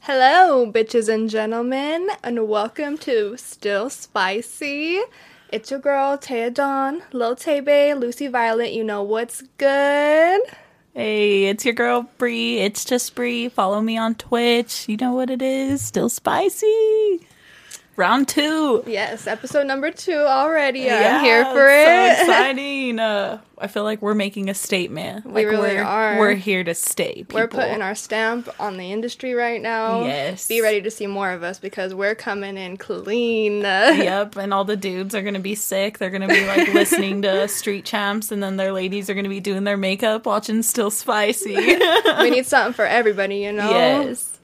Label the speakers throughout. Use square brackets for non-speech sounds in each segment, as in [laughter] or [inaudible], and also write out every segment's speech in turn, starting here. Speaker 1: Hello, bitches and gentlemen, and welcome to Still Spicy. It's your girl, Taya Dawn, Lil Tebe, Lucy Violet. You know what's good.
Speaker 2: Hey, it's your girl Bree. It's just Bree. Follow me on Twitch. You know what it is. Still spicy. Round two.
Speaker 1: Yes, episode number two already. I'm
Speaker 2: Yeah,
Speaker 1: here for
Speaker 2: it's
Speaker 1: it. [laughs]
Speaker 2: So exciting. Uh, I feel like we're making a statement.
Speaker 1: We
Speaker 2: like
Speaker 1: really
Speaker 2: we're,
Speaker 1: are.
Speaker 2: We're here to stay.
Speaker 1: We're
Speaker 2: people.
Speaker 1: putting our stamp on the industry right now.
Speaker 2: Yes.
Speaker 1: Be ready to see more of us because we're coming in clean.
Speaker 2: [laughs] Yep, and all the dudes are gonna be sick. They're gonna be like listening to Street Champs, and then their ladies are gonna be doing their makeup, watching
Speaker 1: [laughs]
Speaker 2: Still Spicy.
Speaker 1: [laughs]
Speaker 2: [laughs]
Speaker 1: we need something for everybody, you know?
Speaker 2: Yes,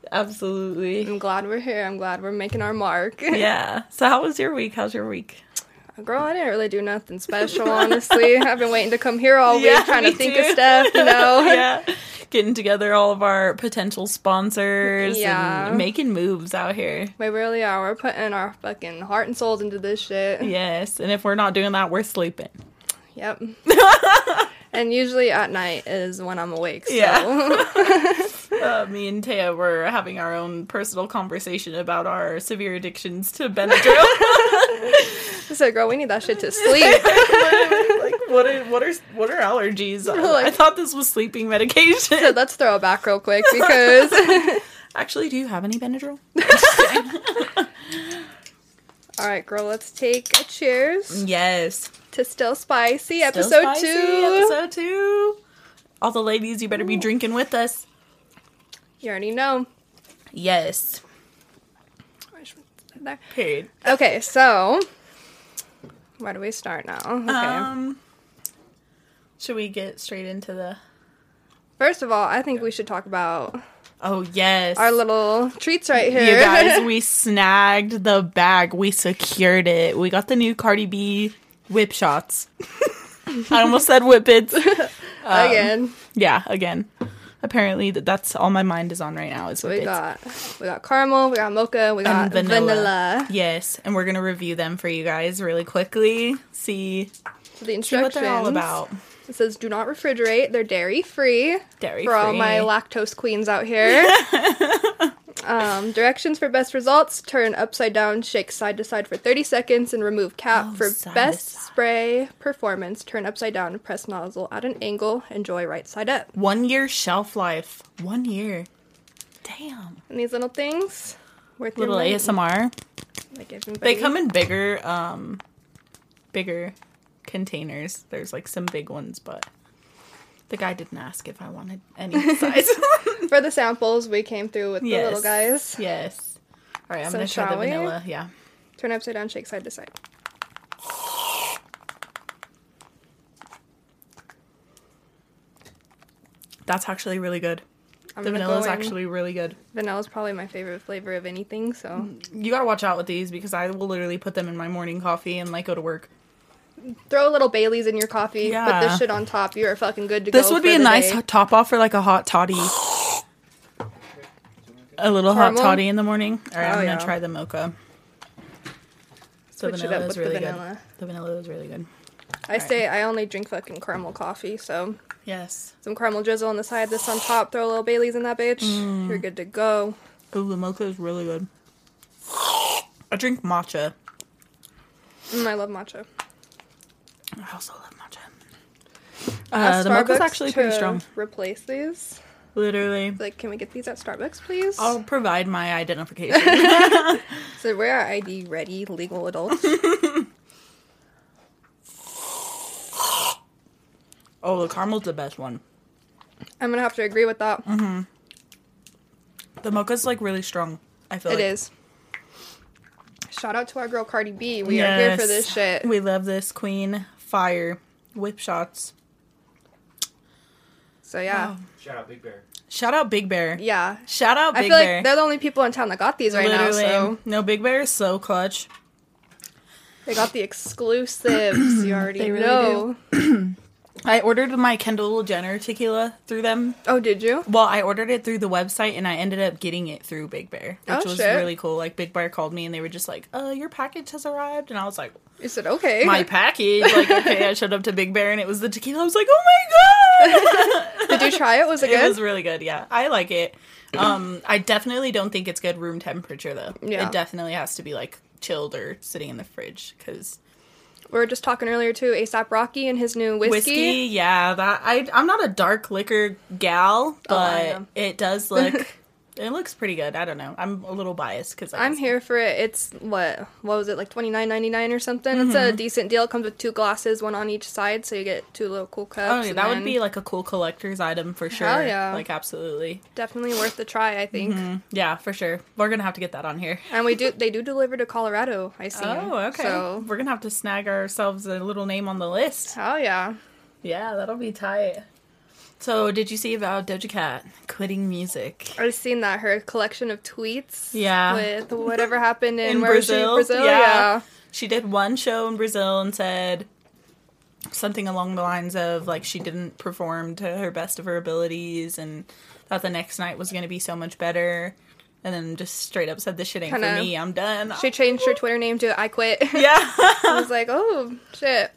Speaker 1: [laughs]
Speaker 2: absolutely.
Speaker 1: I'm glad we're here. I'm glad we're making our mark. [laughs]
Speaker 2: Yeah. So, how was your week? How's your week?
Speaker 1: Girl, I didn't really do
Speaker 2: [laughs]
Speaker 1: nothing special, honestly. I've been waiting to come here all week
Speaker 2: Yeah,
Speaker 1: trying to
Speaker 2: me
Speaker 1: think
Speaker 2: too.
Speaker 1: of stuff,
Speaker 2: [laughs]
Speaker 1: you [laughs] know?
Speaker 2: yeah. Getting together all of our potential sponsors
Speaker 1: Yeah.
Speaker 2: and making moves out here.
Speaker 1: We really are. We're putting our fucking heart and souls into this shit.
Speaker 2: Yes. And if we're not doing that, we're sleeping.
Speaker 1: Yep.
Speaker 2: [laughs]
Speaker 1: and usually at night is when I'm awake, so.
Speaker 2: Yeah. Uh, me and Taya were having our own personal conversation about our severe addictions to
Speaker 1: [laughs]
Speaker 2: Benadryl.
Speaker 1: [laughs]
Speaker 2: [laughs]
Speaker 1: I said, girl, we need that shit to sleep.
Speaker 2: like, what are, what are, what are allergies? I, I
Speaker 1: Like-
Speaker 2: thought this was sleeping medication.
Speaker 1: [laughs] So let's throw it back real quick
Speaker 2: [laughs]
Speaker 1: because [laughs]
Speaker 2: Actually, do you have any Benadryl?
Speaker 1: all right, girl, let's take a cheers
Speaker 2: Yes.
Speaker 1: to Still Spicy
Speaker 2: Still
Speaker 1: episode
Speaker 2: spicy,
Speaker 1: two.
Speaker 2: Episode two. All the ladies, you better be drinking with us.
Speaker 1: You already know.
Speaker 2: Yes.
Speaker 1: There.
Speaker 2: Period.
Speaker 1: Okay, so where do we start now? Okay.
Speaker 2: Um, should we get straight into the?
Speaker 1: First of all, I think we should talk about
Speaker 2: Oh yes,
Speaker 1: our little treats right
Speaker 2: you
Speaker 1: here. [laughs]
Speaker 2: guys. um, We snagged the bag. We secured it. We got the new Cardi B whip shots. I almost said
Speaker 1: [laughs]
Speaker 2: whippets.
Speaker 1: Again,
Speaker 2: Yeah, again. Apparently, that that's all my mind is on right now. Is
Speaker 1: we
Speaker 2: whippets.
Speaker 1: got we got caramel, we got mocha, we got
Speaker 2: And
Speaker 1: vanilla.
Speaker 2: Yes, and we're gonna review them for you guys really quickly. See,
Speaker 1: So the
Speaker 2: see what
Speaker 1: instructions.
Speaker 2: they're all about.
Speaker 1: It says do not refrigerate. They're dairy free.
Speaker 2: Dairy
Speaker 1: for all my
Speaker 2: free.
Speaker 1: lactose queens out
Speaker 2: [laughs]
Speaker 1: here. um, directions for best results: turn upside down, shake side to side for 30 seconds, and remove cap
Speaker 2: Oh,
Speaker 1: for
Speaker 2: side to
Speaker 1: best
Speaker 2: side.
Speaker 1: spray performance. Turn upside down, press nozzle at an angle, enjoy right side up.
Speaker 2: One year shelf life. One year. Damn.
Speaker 1: And these little things, worth
Speaker 2: Little
Speaker 1: your money.
Speaker 2: ASMR.
Speaker 1: Like everybody-
Speaker 2: They come in bigger, um, bigger containers. There's like some big ones, but the guy didn't ask if I wanted [laughs] any size.
Speaker 1: for the samples. We came through with the little guys.
Speaker 2: Yes. All right, I'm
Speaker 1: So
Speaker 2: gonna try
Speaker 1: shall
Speaker 2: the
Speaker 1: we?
Speaker 2: vanilla. Yeah.
Speaker 1: Turn upside down, shake side to side.
Speaker 2: That's actually really good.
Speaker 1: I'm
Speaker 2: the
Speaker 1: gonna
Speaker 2: vanilla is
Speaker 1: go in-
Speaker 2: actually really good.
Speaker 1: vanilla's probably my favorite flavor of anything. So
Speaker 2: You gotta watch out with these because I will literally put them in my morning coffee and like go to work.
Speaker 1: throw a little Bailey's in your coffee. Put
Speaker 2: Yeah.
Speaker 1: this shit on top. You are fucking good to go.
Speaker 2: This would
Speaker 1: for
Speaker 2: be a
Speaker 1: the
Speaker 2: nice
Speaker 1: day.
Speaker 2: top off for like a hot toddy. A little
Speaker 1: Caramel?
Speaker 2: hot toddy in the morning. All right,
Speaker 1: Oh,
Speaker 2: I'm gonna
Speaker 1: yeah.
Speaker 2: try the mocha. The
Speaker 1: Switch it
Speaker 2: vanilla
Speaker 1: up
Speaker 2: is
Speaker 1: with the
Speaker 2: really good.
Speaker 1: vanilla.
Speaker 2: The vanilla is really good.
Speaker 1: I say I only drink fucking caramel coffee, so
Speaker 2: Yes.
Speaker 1: some caramel drizzle on the side, this on top, throw a little Bailey's in that bitch.
Speaker 2: Mm.
Speaker 1: You're good to go.
Speaker 2: Ooh, the mocha is really good. I drink matcha.
Speaker 1: Mm, I love matcha.
Speaker 2: I also love matcha.
Speaker 1: At
Speaker 2: Uh, the mocha's
Speaker 1: Starbucks
Speaker 2: actually pretty
Speaker 1: to
Speaker 2: strong.
Speaker 1: Replace these.
Speaker 2: Literally.
Speaker 1: Like, can we get these at Starbucks, please?
Speaker 2: I'll provide
Speaker 1: [laughs]
Speaker 2: my identification.
Speaker 1: So we're ID ready, legal adults. [laughs]
Speaker 2: oh, the caramel's the best one.
Speaker 1: I'm gonna have to agree with that.
Speaker 2: The mocha's like really strong. I feel
Speaker 1: It
Speaker 2: like.
Speaker 1: is. Shout out to our girl Cardi B. We are here for
Speaker 2: Yes.
Speaker 1: this shit.
Speaker 2: We love this queen. Fire. Whip shots.
Speaker 1: So yeah,
Speaker 2: Wow.
Speaker 3: Shout out Big Bear.
Speaker 2: Shout out Big Bear.
Speaker 1: yeah.
Speaker 2: Shout out
Speaker 1: I
Speaker 2: Big
Speaker 1: feel
Speaker 2: Bear.
Speaker 1: like they're the only people in town that got these right
Speaker 2: Literally.
Speaker 1: now. So
Speaker 2: No, Big Bear is so clutch.
Speaker 1: they got the exclusives.
Speaker 2: [clears throat]
Speaker 1: you already
Speaker 2: They really
Speaker 1: know.
Speaker 2: I ordered my Kendall Jenner tequila through them.
Speaker 1: Oh, did you?
Speaker 2: Well, I ordered it through the website and I ended up getting it through Big Bear, which
Speaker 1: Oh,
Speaker 2: was
Speaker 1: shit.
Speaker 2: really cool. Like Big Bear called me and they were just like, "Uh, your package has arrived." And
Speaker 1: [laughs]
Speaker 2: I was like,
Speaker 1: You said okay.
Speaker 2: "My package?" Like, okay, I showed up to Big Bear and it was the tequila. I was like, "Oh
Speaker 1: [laughs]
Speaker 2: my
Speaker 1: [laughs] Did you try it? Was it
Speaker 2: [laughs] It
Speaker 1: good?
Speaker 2: was really good. Yeah, I like it. Um, I definitely don't think it's good room temperature though.
Speaker 1: Yeah.
Speaker 2: It definitely has to be like chilled or sitting in the fridge because
Speaker 1: we were just talking earlier too. ASAP Rocky and his new whiskey.
Speaker 2: whiskey. Yeah, that I I'm not a dark liquor gal,
Speaker 1: Oh, I
Speaker 2: but
Speaker 1: am.
Speaker 2: it
Speaker 1: [laughs]
Speaker 2: does look it looks pretty good. I don't know. I'm a little biased because
Speaker 1: I'm here for it. It's what what was it like twenty nine ninety nine or something? It's
Speaker 2: Mm-hmm.
Speaker 1: a decent deal. It comes with two glasses, one on each side, so you get two little cool
Speaker 2: Oh,
Speaker 1: cups.
Speaker 2: yeah,
Speaker 1: and
Speaker 2: that
Speaker 1: then
Speaker 2: would be like a cool collector's item for sure.
Speaker 1: Hell yeah.
Speaker 2: Like absolutely.
Speaker 1: definitely worth the try, I think.
Speaker 2: Yeah, for sure. We're gonna have to get that on here.
Speaker 1: And we do they do deliver to Colorado. I see.
Speaker 2: Oh, okay.
Speaker 1: So
Speaker 2: We're gonna have to snag ourselves a little name on the list.
Speaker 1: hell yeah.
Speaker 2: Yeah, that'll be tight. So, did you see about Doja Cat quitting music?
Speaker 1: I've seen that her collection of tweets.
Speaker 2: Yeah.
Speaker 1: With whatever happened in,
Speaker 2: [laughs] In
Speaker 1: where was she?
Speaker 2: Brazil?
Speaker 1: Brazil.
Speaker 2: Yeah.
Speaker 1: yeah.
Speaker 2: She did one show in Brazil and said something along the lines of like she didn't perform to her best of her abilities and that the next night was going to be so much better. And then just straight up said this shit ain't
Speaker 1: Kinda-
Speaker 2: for me. I'm done.
Speaker 1: She changed her Twitter name to I quit. [laughs] I
Speaker 2: [laughs] yeah.
Speaker 1: was like, oh shit.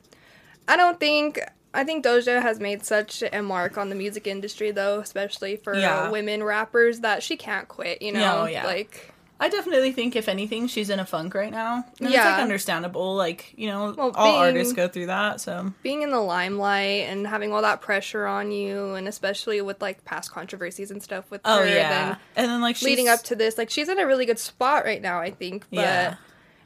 Speaker 1: I don't think I think Doja has made such a mark on the music industry though, especially for uh,
Speaker 2: Yeah.
Speaker 1: women rappers that she can't quit, you know?
Speaker 2: No, yeah.
Speaker 1: Like
Speaker 2: I definitely think if anything she's in a funk right now. And it's
Speaker 1: Yeah.
Speaker 2: like understandable like, you know,
Speaker 1: Well,
Speaker 2: all
Speaker 1: being-
Speaker 2: artists go through that, so
Speaker 1: being in the limelight and having all that pressure on you and especially with like past controversies and stuff with
Speaker 2: Oh
Speaker 1: her
Speaker 2: yeah.
Speaker 1: then
Speaker 2: and then like she's
Speaker 1: leading up to this, like she's in a really good spot right now, I think. But
Speaker 2: Yeah.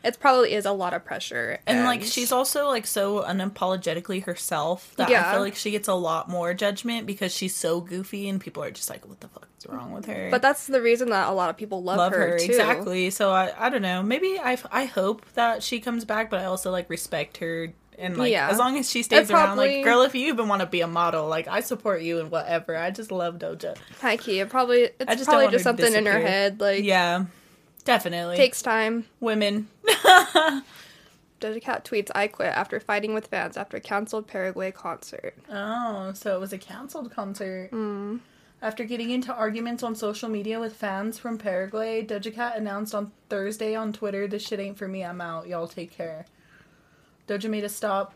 Speaker 1: it probably is a lot of pressure.
Speaker 2: and like she's also like so unapologetically herself that
Speaker 1: Yeah.
Speaker 2: I feel like she gets a lot more judgment because she's so goofy and people are just like, what the fuck is wrong with her?
Speaker 1: But that's the reason that a lot of people love,
Speaker 2: love her,
Speaker 1: too.
Speaker 2: exactly. So I I don't know. Maybe I I hope that she comes back, but I also like respect her. And like
Speaker 1: Yeah.
Speaker 2: as long as she stays around,
Speaker 1: probably-
Speaker 2: like girl, if you even want to be a model, like I support you and whatever. I just love Doja.
Speaker 1: High key, it probably it's
Speaker 2: just don't
Speaker 1: probably
Speaker 2: want
Speaker 1: just
Speaker 2: her to
Speaker 1: something in her
Speaker 2: disappear.
Speaker 1: head. Like
Speaker 2: Yeah, definitely.
Speaker 1: takes time.
Speaker 2: Women.
Speaker 1: Doja Cat tweets, "I quit after fighting with fans after canceled Paraguay
Speaker 2: [laughs]
Speaker 1: concert."
Speaker 2: Oh, so it was a canceled concert. After getting into arguments on social media with fans from Paraguay, Doja Cat announced on Thursday on Twitter, "This shit ain't for me. I'm out. Y'all take care." Doja made a stop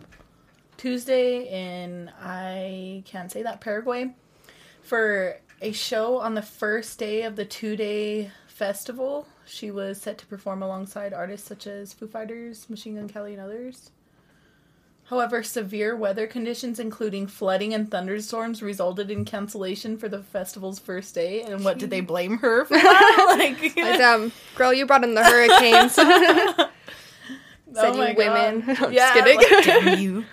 Speaker 2: Tuesday in I can't say that Paraguay for a show on the first day of the two-day festival. She was set to perform alongside artists such as Foo Fighters, Machine Gun Kelly, and others. However, severe weather conditions, including flooding and thunderstorms, resulted in cancellation for the festival's first day. And what did they blame her for? that? [laughs] like,
Speaker 1: Like, damn, girl, you brought in the hurricanes.
Speaker 2: [laughs] Oh
Speaker 1: [laughs] said you women. [laughs] I'm just kidding. [laughs]
Speaker 2: damn you,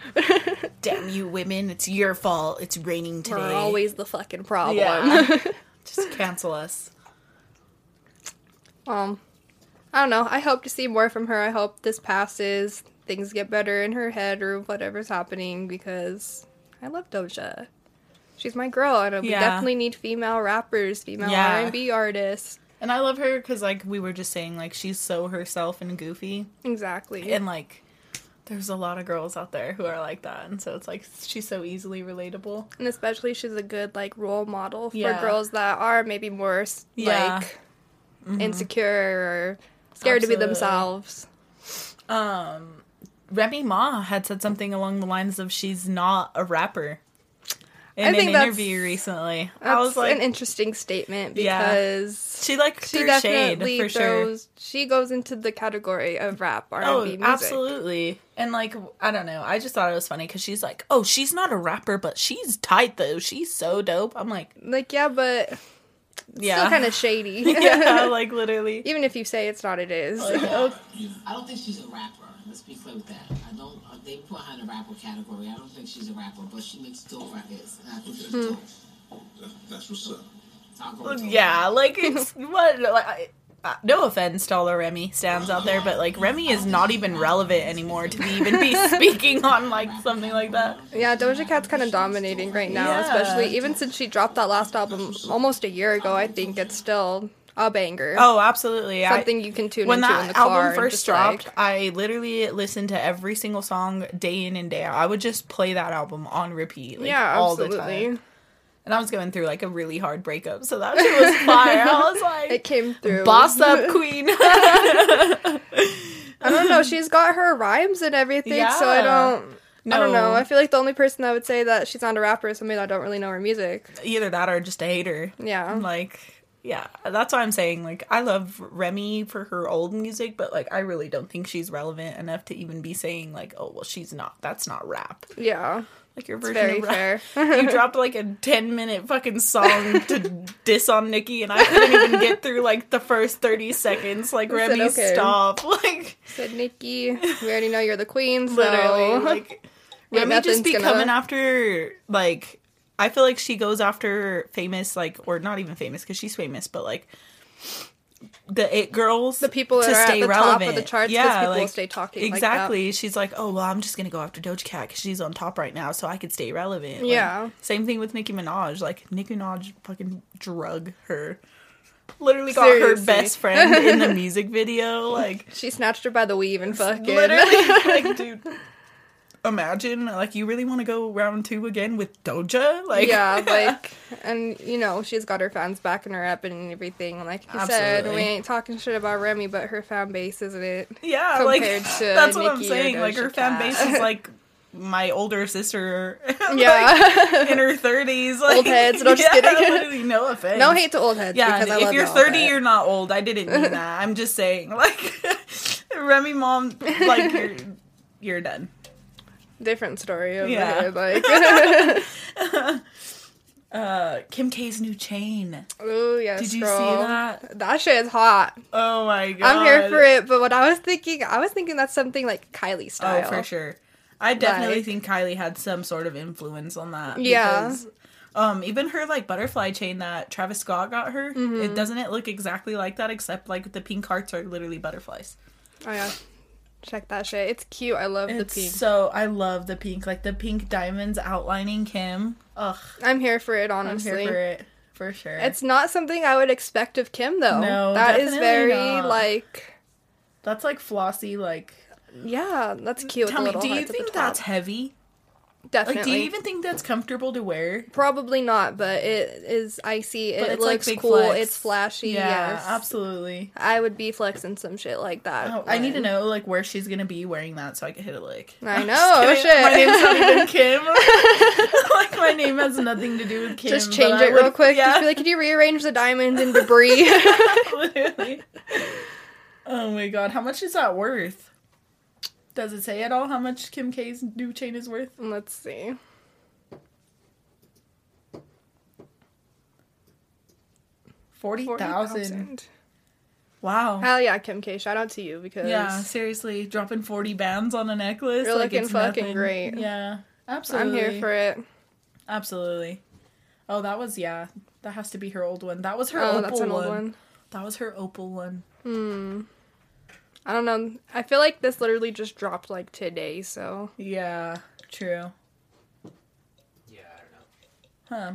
Speaker 2: damn you, women! It's your fault. It's raining today.
Speaker 1: We're always the fucking problem.
Speaker 2: [laughs] Yeah. [laughs] Just cancel us.
Speaker 1: um, I don't know. I hope to see more from her. I hope this passes, things get better in her head or whatever's happening because I love Doja. She's my girl, and we
Speaker 2: Yeah.
Speaker 1: definitely need female rappers, female
Speaker 2: Yeah.
Speaker 1: R and B artists.
Speaker 2: And I love her because, like, we were just saying, like, she's so herself and goofy,
Speaker 1: Exactly.
Speaker 2: and like. There's a lot of girls out there who are like that, and so it's like she's so easily relatable.
Speaker 1: and especially she's a good like role model for
Speaker 2: Yeah.
Speaker 1: girls that are maybe more s-
Speaker 2: Yeah. Mm-hmm.
Speaker 1: like insecure or scared to
Speaker 2: Absolutely.
Speaker 1: be themselves.
Speaker 2: um Remy Ma had said something along the lines of she's not a rapper in
Speaker 1: I think
Speaker 2: an
Speaker 1: that's-
Speaker 2: interview recently.
Speaker 1: That's
Speaker 2: I was like
Speaker 1: an interesting statement
Speaker 2: Yeah.
Speaker 1: because
Speaker 2: she like
Speaker 1: she
Speaker 2: threw shade
Speaker 1: definitely
Speaker 2: for sure.
Speaker 1: throws. She goes into the category of rap R and
Speaker 2: Oh,
Speaker 1: B music.
Speaker 2: absolutely. And like I don't know. I just thought it was funny cuz she's like, "Oh, she's not a rapper, but she's tight though. She's so dope." I'm like,
Speaker 1: Like yeah, but
Speaker 2: yeah.
Speaker 1: still
Speaker 2: [laughs]
Speaker 1: kind of shady. [laughs]
Speaker 2: yeah, like literally.
Speaker 1: Even if you say it's not, it is.
Speaker 3: I don't think she's a rapper. Let's be clear with that. I don't. uh, They put her in the rapper category. I don't think she's a rapper, but she makes dope records, and I think she's dope.
Speaker 4: That- That's what's up.
Speaker 3: I'll go with
Speaker 2: Yeah, like it's [laughs] what like I, uh, no offense to all the Remy stands out there, but like Remy is not even relevant anymore to even
Speaker 1: [laughs]
Speaker 2: be speaking on like something like that.
Speaker 1: [laughs] Yeah, Doja Cat's kind of dominating right now,
Speaker 2: Yeah.
Speaker 1: especially even since she dropped that last album almost a year ago. I think it's still a banger.
Speaker 2: Oh, absolutely. I-
Speaker 1: something you can tune
Speaker 2: when
Speaker 1: into
Speaker 2: that
Speaker 1: in the car.
Speaker 2: album
Speaker 1: and
Speaker 2: first
Speaker 1: just,
Speaker 2: dropped,
Speaker 1: like-
Speaker 2: I literally listened to every single song day in and day out. I would just play that album on repeat, like,
Speaker 1: yeah,
Speaker 2: all
Speaker 1: absolutely.
Speaker 2: the time. And I was going through like a really hard breakup, so that
Speaker 1: [laughs]
Speaker 2: shit was fire. I was like,
Speaker 1: It came through. [laughs]
Speaker 2: "Boss up, queen." [laughs]
Speaker 1: I don't know. She's got her rhymes and everything, so I
Speaker 2: Yeah.
Speaker 1: don't. I don't know. I feel like the only person that would say that she's not a rapper is somebody that don't really know her music.
Speaker 2: either that or just a hater.
Speaker 1: Yeah.
Speaker 2: Like, yeah, that's why I'm saying. Like, I love Remy for her old music, but like, I really don't think she's relevant enough to even be saying like, oh, well, she's not. That's not rap.
Speaker 1: Yeah.
Speaker 2: Like your version
Speaker 1: Very
Speaker 2: of rap.
Speaker 1: fair. [laughs]
Speaker 2: [laughs] you dropped like a ten minute fucking song to diss on Nikki, and I couldn't even get through like the first thirty seconds. Like,
Speaker 1: I said,
Speaker 2: Remy,
Speaker 1: okay.
Speaker 2: stop. [laughs] Like,
Speaker 1: Said Nikki. We already know you're the queen, so [laughs]
Speaker 2: literally, like.
Speaker 1: Ain't
Speaker 2: Remy just
Speaker 1: nothing's
Speaker 2: be
Speaker 1: gonna-
Speaker 2: coming after like I feel like she goes after famous like or not even famous because she's famous, but like the it girls
Speaker 1: the people that
Speaker 2: to
Speaker 1: are at
Speaker 2: stay
Speaker 1: the top of the
Speaker 2: relevant.
Speaker 1: charts because
Speaker 2: Yeah,
Speaker 1: people will
Speaker 2: like,
Speaker 1: stay talking. like that.
Speaker 2: exactly. She's like, oh well, I'm just gonna go after Doja Cat because she's on top right now, so I could stay relevant. Like,
Speaker 1: Yeah.
Speaker 2: same thing with Nicki Minaj. Like Nicki Minaj fucking drug her. Literally got
Speaker 1: Seriously.
Speaker 2: her best friend
Speaker 1: [laughs]
Speaker 2: in the music video. Like
Speaker 1: She snatched her by the weave and fucking. [laughs]
Speaker 2: Literally, like, dude. Imagine, like, you really want to go round two again with Doja? Like,
Speaker 1: yeah, like, and you know, she's got her fans backing her up and everything. And Like you said, we
Speaker 2: Absolutely.
Speaker 1: ain't talking shit about Remy, but her fan base isn't
Speaker 2: [laughs]
Speaker 1: it?
Speaker 2: [laughs] yeah,
Speaker 1: compared
Speaker 2: like,
Speaker 1: to
Speaker 2: that's what I'm
Speaker 1: Nicki or
Speaker 2: saying. Like, her
Speaker 1: Doja
Speaker 2: fan
Speaker 1: Cat. [laughs]
Speaker 2: base is like my older sister, [laughs] like,
Speaker 1: Yeah.
Speaker 2: in her 30s, like,
Speaker 1: Old heads, no,
Speaker 2: [laughs] yeah,
Speaker 1: just kidding.
Speaker 2: literally, no
Speaker 1: [laughs]
Speaker 2: offense,
Speaker 1: no hate to old heads.
Speaker 2: Yeah,
Speaker 1: because
Speaker 2: and
Speaker 1: I
Speaker 2: if
Speaker 1: love
Speaker 2: you're
Speaker 1: y'all, but-
Speaker 2: 30, you're not old. I didn't
Speaker 1: [laughs]
Speaker 2: mean that. I'm just saying, [laughs] like, Remy mom, like, you're, you're done.
Speaker 1: different story over
Speaker 2: Yeah.
Speaker 1: here.
Speaker 2: [laughs]
Speaker 1: Like, [laughs]
Speaker 2: Uh, Kim K's new chain.
Speaker 1: ooh, yes,
Speaker 2: Did you
Speaker 1: girl.
Speaker 2: see that?
Speaker 1: That shit is hot.
Speaker 2: Oh my god.
Speaker 1: I'm here for it. But what I was thinking, I was thinking that's something like Kylie style.
Speaker 2: Oh, for sure. I definitely
Speaker 1: Like-
Speaker 2: think Kylie had some sort of influence on that.
Speaker 1: Yeah.
Speaker 2: because, um, even her like butterfly chain that Travis Scott got her,
Speaker 1: Mm-hmm.
Speaker 2: it doesn't it look exactly like that except like the pink hearts are literally butterflies.
Speaker 1: Oh yeah, check that shit. It's cute. I love
Speaker 2: It's
Speaker 1: the pink.
Speaker 2: so I love the pink, like the pink diamonds outlining Kim. Ugh,
Speaker 1: I'm here for it.
Speaker 2: I'm
Speaker 1: Honestly,
Speaker 2: here for it for sure.
Speaker 1: It's not something I would expect of Kim though.
Speaker 2: No,
Speaker 1: that is
Speaker 2: definitely
Speaker 1: very
Speaker 2: not.
Speaker 1: like
Speaker 2: that's like flossy. Like,
Speaker 1: yeah, that's cute.
Speaker 2: Mm, tell me,
Speaker 1: with the
Speaker 2: do
Speaker 1: little
Speaker 2: you
Speaker 1: hearts at the
Speaker 2: think
Speaker 1: top.
Speaker 2: that's heavy?
Speaker 1: definitely?
Speaker 2: Like, do you even think that's comfortable to wear?
Speaker 1: Probably not, but it is icy. It
Speaker 2: it's, like,
Speaker 1: looks
Speaker 2: big
Speaker 1: cool.
Speaker 2: flex.
Speaker 1: It's flashy.
Speaker 2: yeah,
Speaker 1: yes,
Speaker 2: absolutely.
Speaker 1: I would be flexing some shit like that.
Speaker 2: Oh, I need to
Speaker 1: when-
Speaker 2: know like where she's gonna be wearing that so I can hit a lick.
Speaker 1: I
Speaker 2: I'm
Speaker 1: know,
Speaker 2: just kidding.
Speaker 1: shit.
Speaker 2: My name's
Speaker 1: [laughs]
Speaker 2: not even Kim. [laughs] like my name has nothing to do with Kim.
Speaker 1: Just
Speaker 2: but
Speaker 1: change
Speaker 2: I
Speaker 1: it real
Speaker 2: would-
Speaker 1: quick.
Speaker 2: Yeah,
Speaker 1: Just be like, could you rearrange the diamonds
Speaker 2: [laughs]
Speaker 1: and debris? [laughs]
Speaker 2: literally. Oh my god, how much is that worth? Does it say at all how much Kim K's new chain is worth?
Speaker 1: Let's see.
Speaker 2: Forty thousand.
Speaker 1: 40,000.
Speaker 2: Wow.
Speaker 1: Hell yeah, Kim K. Shout out to you because
Speaker 2: Yeah, seriously, dropping forty bands on a necklace.
Speaker 1: You're
Speaker 2: like,
Speaker 1: looking
Speaker 2: it's
Speaker 1: fucking
Speaker 2: nothing.
Speaker 1: great.
Speaker 2: Yeah,
Speaker 1: I'm
Speaker 2: absolutely.
Speaker 1: here for it.
Speaker 2: Absolutely. Oh, that was yeah. That has to be her old one. That was her
Speaker 1: Oh,
Speaker 2: opal
Speaker 1: that's an old
Speaker 2: one.
Speaker 1: one.
Speaker 2: That was her opal one.
Speaker 1: I don't know. I feel like this literally just dropped like today, so
Speaker 2: Yeah, true.
Speaker 5: Yeah, I don't know.
Speaker 2: Huh.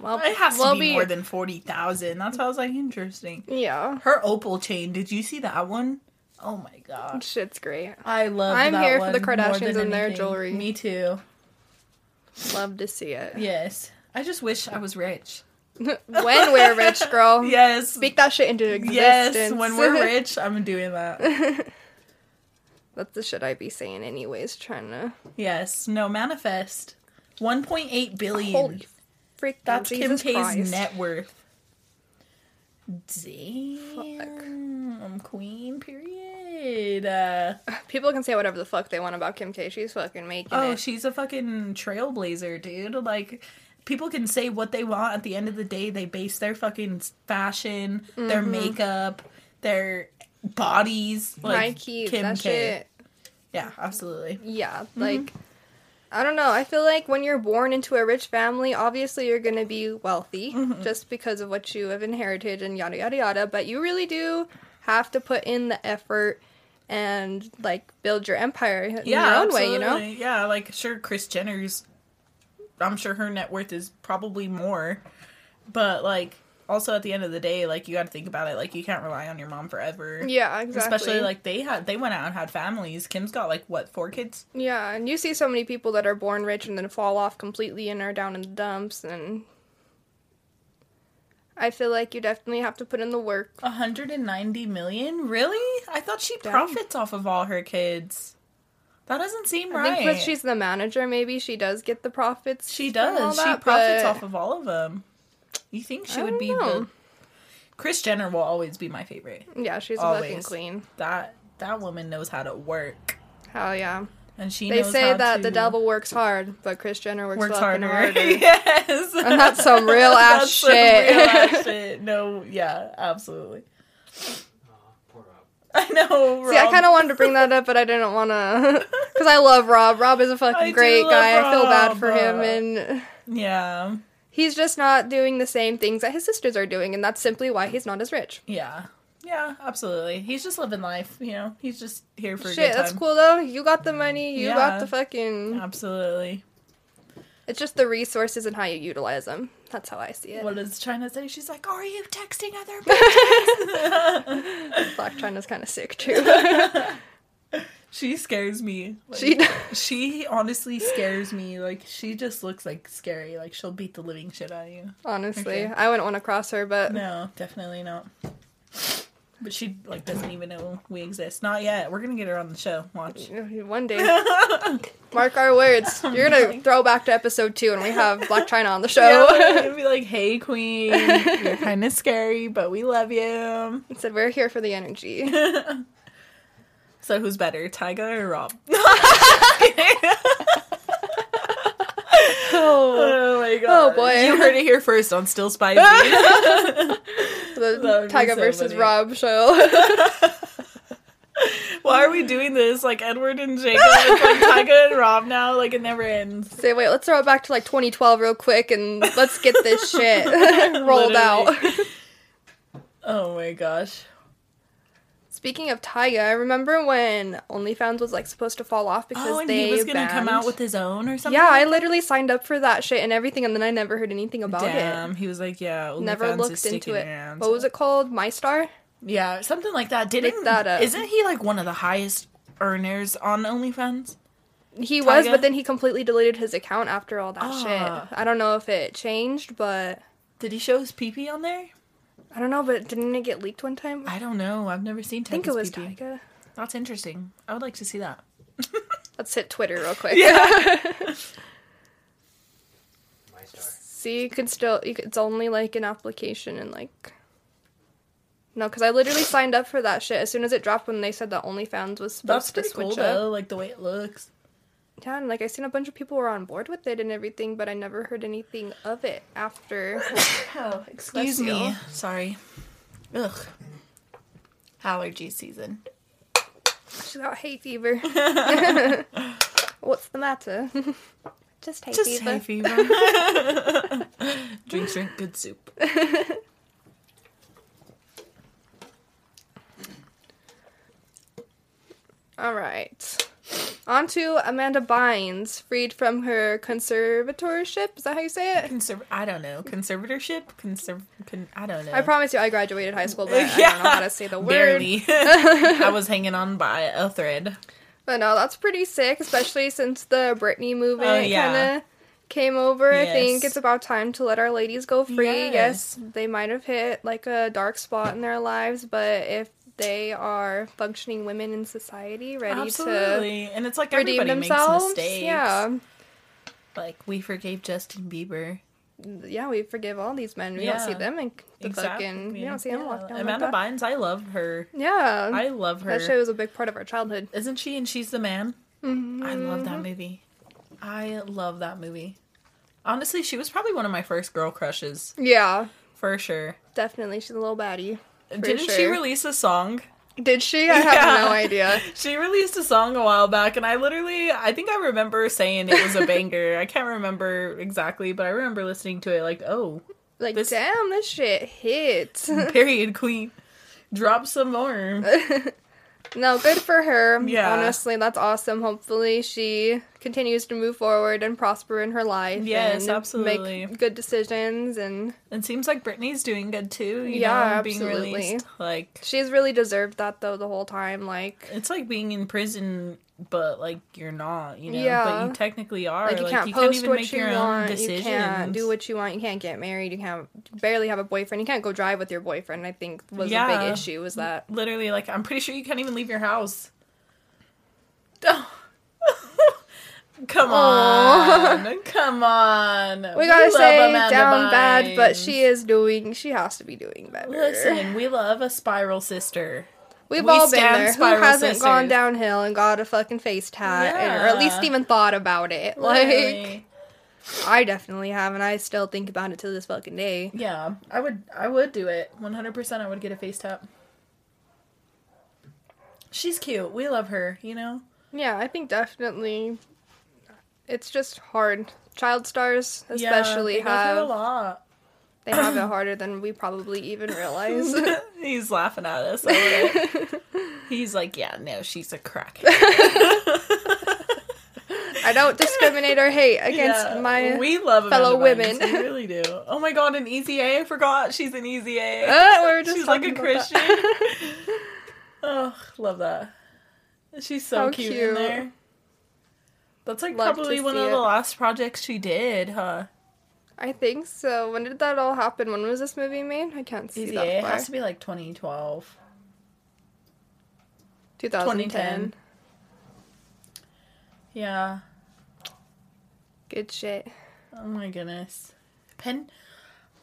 Speaker 1: well,
Speaker 2: It has
Speaker 1: we'll
Speaker 2: to be, more than forty thousand. That's why I was like, interesting.
Speaker 1: yeah.
Speaker 2: Her opal chain. Did you see that one? Oh my gosh,
Speaker 1: Shit's great.
Speaker 2: I love.
Speaker 1: I'm
Speaker 2: that
Speaker 1: here for the
Speaker 2: one more than
Speaker 1: Kardashians and their
Speaker 2: anything.
Speaker 1: jewelry.
Speaker 2: Me too.
Speaker 1: Love to see it.
Speaker 2: Yes, I just wish I was rich.
Speaker 1: [laughs] when we're rich, girl.
Speaker 2: [laughs] Yes,
Speaker 1: Speak that shit into Um, existence.
Speaker 2: yes. When
Speaker 1: [laughs]
Speaker 2: we're rich, I'm doing that.
Speaker 1: That's the shit I be saying anyways, trying to
Speaker 2: Yes, no manifest. One point eight billion.
Speaker 1: Holy freak.
Speaker 2: That's
Speaker 1: Jesus
Speaker 2: Kim K's
Speaker 1: Christ.
Speaker 2: net worth. Damn, queen. Period. Uh,
Speaker 1: People can say whatever the fuck they want about Kim K. She's fucking making
Speaker 2: oh,
Speaker 1: it.
Speaker 2: she's a fucking trailblazer, dude. Like, people can say what they want. At the end of the day, they base their fucking fashion, their
Speaker 1: Mm-hmm.
Speaker 2: makeup, their bodies. Like
Speaker 1: Nike,
Speaker 2: Kim
Speaker 1: that
Speaker 2: K. Mm-hmm.
Speaker 1: shit.
Speaker 2: Yeah, absolutely.
Speaker 1: Yeah, like I don't know. I feel like when you're born into a rich family, obviously you're going to be wealthy
Speaker 2: Mm-hmm.
Speaker 1: just because of what you have inherited and yada yada yada, but you really do have to put in the effort and like build your empire in
Speaker 2: yeah,
Speaker 1: your own way, you know?
Speaker 2: absolutely. Yeah, like sure, Chris Jenner's. I'm sure her net worth is probably more, but like also at the end of the day, like you got to think about it. Like you can't rely on your mom forever.
Speaker 1: Yeah, exactly.
Speaker 2: Especially like they had they went out and had families. Kim's got like what four kids?
Speaker 1: Yeah, and you see so many people that are born rich and then fall off completely and are down in the dumps and I feel like you definitely have to put in the work.
Speaker 2: 190 million? Really? I thought she
Speaker 1: Damn.
Speaker 2: profits off of all her kids. That doesn't seem
Speaker 1: I
Speaker 2: right.
Speaker 1: think because she's the manager, maybe she does get the profits.
Speaker 2: she
Speaker 1: from all
Speaker 2: does. She
Speaker 1: that,
Speaker 2: profits
Speaker 1: but
Speaker 2: off of all of them. You think she
Speaker 1: I
Speaker 2: would
Speaker 1: don't
Speaker 2: be
Speaker 1: know.
Speaker 2: the Chris Jenner will always be my favorite.
Speaker 1: Yeah, she's a fucking
Speaker 2: Always.
Speaker 1: queen.
Speaker 2: That that woman knows how to work,
Speaker 1: Hell yeah.
Speaker 2: and she
Speaker 1: They
Speaker 2: knows
Speaker 1: say
Speaker 2: how
Speaker 1: that
Speaker 2: to
Speaker 1: the devil works hard, but Chris Jenner works,
Speaker 2: works
Speaker 1: fucking
Speaker 2: harder.
Speaker 1: harder.
Speaker 2: [laughs] yes,
Speaker 1: And that's
Speaker 2: [laughs]
Speaker 1: some real ass
Speaker 2: That's some
Speaker 1: shit. [laughs]
Speaker 2: real ass shit. No, yeah, absolutely. [laughs]
Speaker 5: Aw, poor uh, Rob.
Speaker 2: I know.
Speaker 1: See, I
Speaker 2: Rob.
Speaker 1: kind of wanted to bring that up, but I didn't want [laughs]
Speaker 2: [laughs]
Speaker 1: to, because I love Rob. Rob is a
Speaker 2: I
Speaker 1: fucking
Speaker 2: do
Speaker 1: great
Speaker 2: love
Speaker 1: guy. I feel bad for
Speaker 2: Rob.
Speaker 1: him, and
Speaker 2: Yeah,
Speaker 1: he's just not doing the same things that his sisters are doing, and that's simply why he's not as rich.
Speaker 2: yeah, yeah. Absolutely. He's just living life. You know, he's just here for a
Speaker 1: Shit,
Speaker 2: good
Speaker 1: that's
Speaker 2: time.
Speaker 1: cool though. You got the money. You
Speaker 2: Yeah.
Speaker 1: got the fucking.
Speaker 2: Absolutely.
Speaker 1: It's just the resources and how you utilize them. That's how I see it.
Speaker 2: What does China say? She's like, "Are you texting other
Speaker 1: [laughs]
Speaker 2: bitches?"
Speaker 1: Black China's kind of sick
Speaker 2: [laughs]
Speaker 1: too.
Speaker 2: she scares me.
Speaker 1: [laughs]
Speaker 2: Like,
Speaker 1: she
Speaker 2: she honestly scares me. Like she just looks like scary. Like she'll beat the living shit out of you.
Speaker 1: [laughs] honestly,
Speaker 2: Okay.
Speaker 1: I wouldn't want to cross her, but
Speaker 2: No, definitely not. But she like doesn't even know we exist. Not yet. We're gonna get her on the show.
Speaker 1: [laughs]
Speaker 2: Watch.
Speaker 1: one day, mark our words. You're gonna throw back to episode two, and we have
Speaker 2: [laughs]
Speaker 1: Black China on the show.
Speaker 2: [laughs] Yeah, we're gonna [laughs] be like, "Hey, queen, you're kind of scary, but we love you."
Speaker 1: [laughs]
Speaker 2: [laughs]
Speaker 1: It said, "We're here for the energy."
Speaker 2: So who's better, Tyga or Rob? [laughs]
Speaker 1: Oh,
Speaker 2: [laughs] Oh my god.
Speaker 1: boy.
Speaker 2: You heard it here first on Still [laughs] Spicy.
Speaker 1: [laughs] the
Speaker 2: would be
Speaker 1: Tyga
Speaker 2: so
Speaker 1: versus
Speaker 2: funny.
Speaker 1: Rob
Speaker 2: [laughs]
Speaker 1: show.
Speaker 2: Why are we doing this? Like Edward and Jacob,
Speaker 1: [laughs]
Speaker 2: it's like Tyga and Rob now. Like it never ends.
Speaker 1: Say, wait, let's throw it back to like 2012 real quick, and let's get
Speaker 2: [laughs]
Speaker 1: this shit [laughs] rolled out. [laughs]
Speaker 2: Oh my gosh.
Speaker 1: Speaking of Tyga, I remember when OnlyFans was like supposed to fall off because
Speaker 2: Oh, and
Speaker 1: they
Speaker 2: he was gonna
Speaker 1: banned...
Speaker 2: come out with his own or something.
Speaker 1: Yeah, I literally signed up for that shit and everything, and then I never heard anything about
Speaker 2: Damn, he was like, yeah,
Speaker 1: it. Never
Speaker 2: OnlyFans is
Speaker 1: looked into
Speaker 2: sticking
Speaker 1: it.
Speaker 2: around.
Speaker 1: What was it called? MyStar?
Speaker 2: Yeah, something like that. Didn't
Speaker 1: that up.
Speaker 2: Isn't he like one of the highest earners on OnlyFans?
Speaker 1: He was,
Speaker 2: Tyga?
Speaker 1: but then he completely deleted his account after all that
Speaker 2: Ah.
Speaker 1: shit. I don't know if it changed, but
Speaker 2: Did he show his pee on there?
Speaker 1: I don't know. But didn't it get leaked one time? I
Speaker 2: I don't know. I've never seen.
Speaker 1: think it was
Speaker 2: pee.
Speaker 1: Tyga.
Speaker 2: That's interesting. I would like to see that.
Speaker 1: Let's hit Twitter real quick.
Speaker 5: My star.
Speaker 1: See, you could still. You could, it's only like an application and like. No, because I literally signed up for that shit as soon as it dropped when they said that OnlyFans was supposed
Speaker 2: That's
Speaker 1: to
Speaker 2: pretty
Speaker 1: switch
Speaker 2: cool
Speaker 1: up.
Speaker 2: though. Like the way it looks.
Speaker 1: Yeah, and like I seen a bunch of people were on board with it and everything, but I never heard anything of it after.
Speaker 2: Oh, [laughs] excuse
Speaker 1: Bless
Speaker 2: me.
Speaker 1: you.
Speaker 2: Sorry. Ugh. Allergy season.
Speaker 1: She got hay
Speaker 2: [laughs]
Speaker 1: fever. [laughs] What's the matter? [laughs] Just hay
Speaker 2: Just
Speaker 1: fever.
Speaker 2: hay [laughs] fever. drink, drink, good soup.
Speaker 1: All right. On to Amanda Bynes, freed from her conservatorship. Is that how you say it?
Speaker 2: Conserv- I don't know. Conservatorship. Conserv. Con- I don't know.
Speaker 1: I promise you, I graduated high school, but I
Speaker 2: [laughs] Yeah.
Speaker 1: don't know how to say the word. [laughs]
Speaker 2: Barely. I was hanging on by a thread.
Speaker 1: But no, that's pretty sick, especially since the Britney movement
Speaker 2: Oh, yeah.
Speaker 1: kind of came over. I think
Speaker 2: Yes.
Speaker 1: it's about time to let our ladies go free. Yes.
Speaker 2: Yes.
Speaker 1: they might have hit like a dark spot in their lives, but if they are functioning women in society, ready
Speaker 2: Absolutely. And it's like
Speaker 1: to redeem
Speaker 2: everybody
Speaker 1: themselves,
Speaker 2: makes mistakes.
Speaker 1: yeah,
Speaker 2: Like we forgave Justin Bieber.
Speaker 1: yeah, we forgive all these men. We don't see
Speaker 2: Yeah.
Speaker 1: them in the fucking. We don't see them
Speaker 2: Yeah.
Speaker 1: walk down like
Speaker 2: Amanda
Speaker 1: that.
Speaker 2: Bynes, I love her.
Speaker 1: Yeah,
Speaker 2: I love her.
Speaker 1: that show was a big part of our childhood.
Speaker 2: Isn't she and she's the man? I love
Speaker 1: Mm-hmm.
Speaker 2: that movie. I love that movie. Honestly, she was probably one of my first girl crushes
Speaker 1: Yeah,
Speaker 2: for sure.
Speaker 1: definitely, she's a little baddie. for
Speaker 2: Didn't she
Speaker 1: sure.
Speaker 2: release a song?
Speaker 1: Did she? I have
Speaker 2: Yeah.
Speaker 1: no
Speaker 2: [laughs]
Speaker 1: idea.
Speaker 2: She released a song a while back, and I literally, I think I remember saying it was a banger. I can't remember exactly, but I remember listening to it like,
Speaker 1: [laughs]
Speaker 2: oh,
Speaker 1: Like,
Speaker 2: This-
Speaker 1: damn, this shit hits. [laughs]
Speaker 2: period, queen. Drop some more.
Speaker 1: no, good for her.
Speaker 2: Yeah.
Speaker 1: Honestly, that's awesome. Hopefully, she continues to move forward and prosper in her life.
Speaker 2: Yes,
Speaker 1: and
Speaker 2: absolutely.
Speaker 1: Make good decisions. And
Speaker 2: It seems like Britney's doing good too, you
Speaker 1: Yeah,
Speaker 2: know, being
Speaker 1: absolutely.
Speaker 2: released. Like,
Speaker 1: she's really deserved that, though, the whole time. Like,
Speaker 2: it's like being in prison, but like you're not, you know,
Speaker 1: Yeah.
Speaker 2: but you technically are.
Speaker 1: like you can't
Speaker 2: couldn't
Speaker 1: post what you want. You can't do
Speaker 2: decisions.
Speaker 1: what you want. You can't get married. You can't barely have a boyfriend. You can't go drive with your boyfriend. I think was a
Speaker 2: Yeah.
Speaker 1: big issue. Was that [laughs]
Speaker 2: [laughs] Literally, like I'm pretty sure you can't even leave your house. Come
Speaker 1: Aw.
Speaker 2: on. Come on.
Speaker 1: We gotta
Speaker 2: love
Speaker 1: say
Speaker 2: Amanda
Speaker 1: down bad, but
Speaker 2: Bynes.
Speaker 1: she is doing. She has to be doing better.
Speaker 2: Listen, we love a spiral sister.
Speaker 1: we've
Speaker 2: we
Speaker 1: all been
Speaker 2: stand
Speaker 1: there. Who
Speaker 2: Spiral
Speaker 1: hasn't gone
Speaker 2: Sisters.
Speaker 1: downhill and got a fucking face tat, and- or at least
Speaker 2: Yeah.
Speaker 1: even thought about it? Like,
Speaker 2: Literally.
Speaker 1: I definitely have, and I still think about it to this fucking day.
Speaker 2: yeah, I would, I would do it. One hundred percent, I would get a face tap. She's cute. We love her. You know.
Speaker 1: Yeah, I think definitely. It's just hard. Child stars,
Speaker 2: Yeah,
Speaker 1: especially,
Speaker 2: they go through a
Speaker 1: have [laughs]
Speaker 2: lot.
Speaker 1: they have it harder than we probably even
Speaker 2: [laughs]
Speaker 1: realize. [laughs]
Speaker 2: He's laughing at us. over it. He's like, yeah, no, she's a crack. [laughs]
Speaker 1: I don't discriminate or hate [laughs] against my.
Speaker 2: we love
Speaker 1: fellow
Speaker 2: Amanda Bynes.
Speaker 1: women.
Speaker 2: We really do. Oh my god, an Easy A! I forgot she's an Easy A.
Speaker 1: Uh, [laughs] we were just
Speaker 2: she's like a
Speaker 1: talking about
Speaker 2: Christian.
Speaker 1: that.
Speaker 2: oh, love that. She's so
Speaker 1: How
Speaker 2: cute,
Speaker 1: cute.
Speaker 2: in there. That's like
Speaker 1: Love to
Speaker 2: probably one
Speaker 1: see
Speaker 2: of
Speaker 1: it.
Speaker 2: the last projects she did, huh?
Speaker 1: [laughs] I think so. When did that all happen? When was this movie made? I can't see
Speaker 2: Easy
Speaker 1: that
Speaker 2: E A
Speaker 1: far.
Speaker 2: has to be like 2012.
Speaker 1: 2010.
Speaker 2: 2010. Yeah.
Speaker 1: Good shit.
Speaker 2: Oh my goodness. Pen.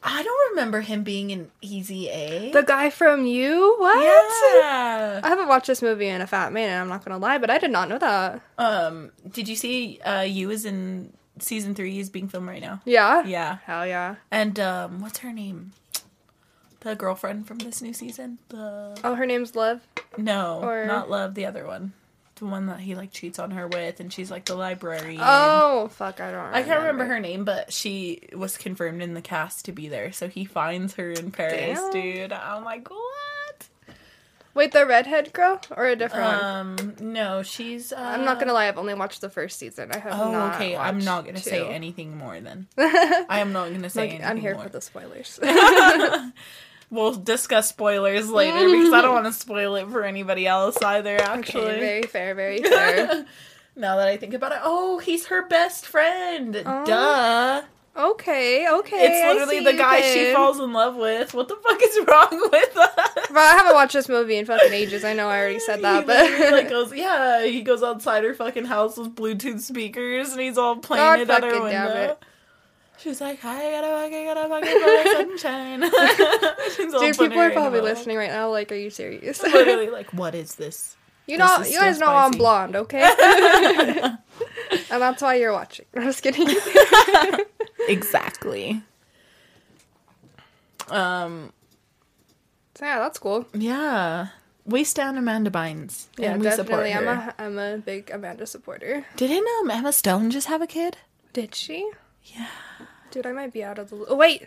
Speaker 2: I don't remember him being an Easy A.
Speaker 1: The guy from You? What?
Speaker 2: yeah.
Speaker 1: I haven't watched this movie in a fat minute. I'm not gonna lie, but I did not know that.
Speaker 2: Um, did you see uh you is in season three is being filmed right now?
Speaker 1: Yeah.
Speaker 2: Yeah.
Speaker 1: Hell yeah.
Speaker 2: And um what's her name? The girlfriend from this new season? The
Speaker 1: Oh, her name's Love.
Speaker 2: No,
Speaker 1: Or-
Speaker 2: not love, the other one. The one that he like cheats on her with and she's like the librarian.
Speaker 1: Oh fuck, I don't. Remember.
Speaker 2: I can't remember her name, but she was confirmed in the cast to be there. So he finds her in Paris,
Speaker 1: Damn.
Speaker 2: dude. I'm like, what?
Speaker 1: Wait, the redhead girl or a different one?
Speaker 2: Um, no, she's. Uh,
Speaker 1: I'm not gonna lie. I've only watched the first season. I have
Speaker 2: Oh,
Speaker 1: not.
Speaker 2: okay. I'm
Speaker 1: watched
Speaker 2: not gonna
Speaker 1: two.
Speaker 2: say anything more then.
Speaker 1: [laughs] I'm
Speaker 2: I am not gonna say
Speaker 1: like,
Speaker 2: anything.
Speaker 1: I'm here
Speaker 2: more.
Speaker 1: for the
Speaker 2: [laughs]
Speaker 1: spoilers. [laughs]
Speaker 2: we'll discuss
Speaker 1: [laughs]
Speaker 2: spoilers later because I don't want to spoil it for anybody else either. Actually,
Speaker 1: okay,
Speaker 2: [laughs]
Speaker 1: very fair, very fair.
Speaker 2: now that I think about it, oh, he's her best friend.
Speaker 1: Oh.
Speaker 2: Duh.
Speaker 1: okay, okay. I
Speaker 2: It's
Speaker 1: see
Speaker 2: literally the
Speaker 1: you
Speaker 2: guy she
Speaker 1: then.
Speaker 2: falls in love with. What the fuck is [laughs] wrong with us?
Speaker 1: Well, I haven't watched this movie in fucking ages. I know I already
Speaker 2: [laughs]
Speaker 1: said that,
Speaker 2: He literally,
Speaker 1: [laughs]
Speaker 2: like
Speaker 1: but
Speaker 2: goes, yeah, he goes outside her fucking house with Bluetooth speakers, and he's all
Speaker 1: God
Speaker 2: playing it at her
Speaker 1: fucking damn
Speaker 2: window.
Speaker 1: it.
Speaker 2: She's like, "Hi, I gotta fucking,
Speaker 1: [laughs]
Speaker 2: gotta fucking sunshine." [laughs] She's all
Speaker 1: dude,
Speaker 2: putting
Speaker 1: people are
Speaker 2: her in
Speaker 1: probably
Speaker 2: the-
Speaker 1: listening right now. Like, are you serious? [laughs]
Speaker 2: Literally, like, what is this?
Speaker 1: you
Speaker 2: this
Speaker 1: know,
Speaker 2: is
Speaker 1: you guys
Speaker 2: still
Speaker 1: know I'm
Speaker 2: spicy.
Speaker 1: blonde,
Speaker 2: [laughs]
Speaker 1: okay? and that's why you're watching. [laughs] I'm just
Speaker 2: [laughs]
Speaker 1: kidding.
Speaker 2: exactly. Um.
Speaker 1: So, yeah, that's cool.
Speaker 2: Yeah. Waist down, Amanda Bynes.
Speaker 1: Yeah,
Speaker 2: and we support
Speaker 1: definitely. I'm
Speaker 2: her.
Speaker 1: a I'm a big Amanda supporter.
Speaker 2: Didn't um, Emma Stone just have a kid?
Speaker 1: Did she? Yeah. Dude, I might be out of the. Oh, wait,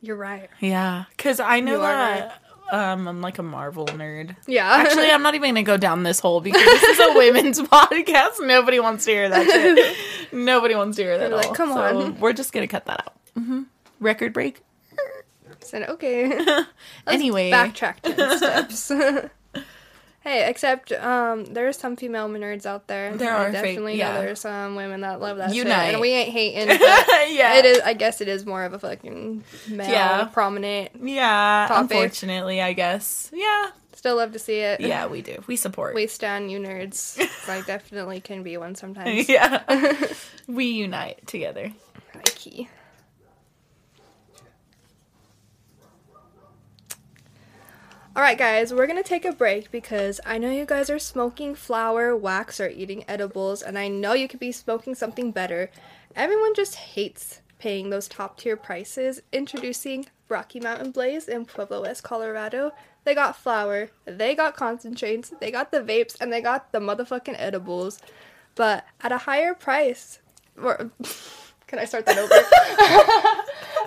Speaker 1: you're right.
Speaker 2: Yeah, because I know
Speaker 1: You are
Speaker 2: that. Um, I'm like a Marvel nerd.
Speaker 1: Yeah. [laughs]
Speaker 2: Actually, I'm not even gonna go down this hole because this is a women's podcast. Nobody wants to
Speaker 1: [laughs]
Speaker 2: hear that shit. Nobody wants to hear that.
Speaker 1: They're
Speaker 2: at
Speaker 1: like,
Speaker 2: all.
Speaker 1: "Come
Speaker 2: So
Speaker 1: on." Mm-hmm.
Speaker 2: we're just gonna cut that out. hmm Record break.
Speaker 1: said okay.
Speaker 2: anyway,
Speaker 1: Backtrack ten steps.
Speaker 2: [laughs]
Speaker 1: hey, except um, there are some female nerds out there.
Speaker 2: There
Speaker 1: I
Speaker 2: are fake-
Speaker 1: definitely know
Speaker 2: yeah.
Speaker 1: there's some women that love that shit,
Speaker 2: Unite.
Speaker 1: and we ain't
Speaker 2: [laughs]
Speaker 1: hating. But
Speaker 2: [laughs] yeah,
Speaker 1: It is. I guess it is more of a fucking male
Speaker 2: Yeah.
Speaker 1: prominent.
Speaker 2: Yeah,
Speaker 1: Topic.
Speaker 2: unfortunately, I guess. Yeah,
Speaker 1: Still love to see it.
Speaker 2: yeah, we do. We support. [laughs]
Speaker 1: We stand you nerds. I definitely can be one sometimes. [laughs]
Speaker 2: yeah, we unite together.
Speaker 1: Nike. All right, guys, we're gonna take a break because I know you guys are smoking flower, wax, or eating edibles, and I know you could be smoking something better. Everyone just hates paying those top tier prices. Introducing Rocky Mountain Blaze in Pueblo West, Colorado. They got flower, they got concentrates, they got the vapes, and they got the motherfucking edibles, but at a higher price. Or- [laughs] Can I start that over?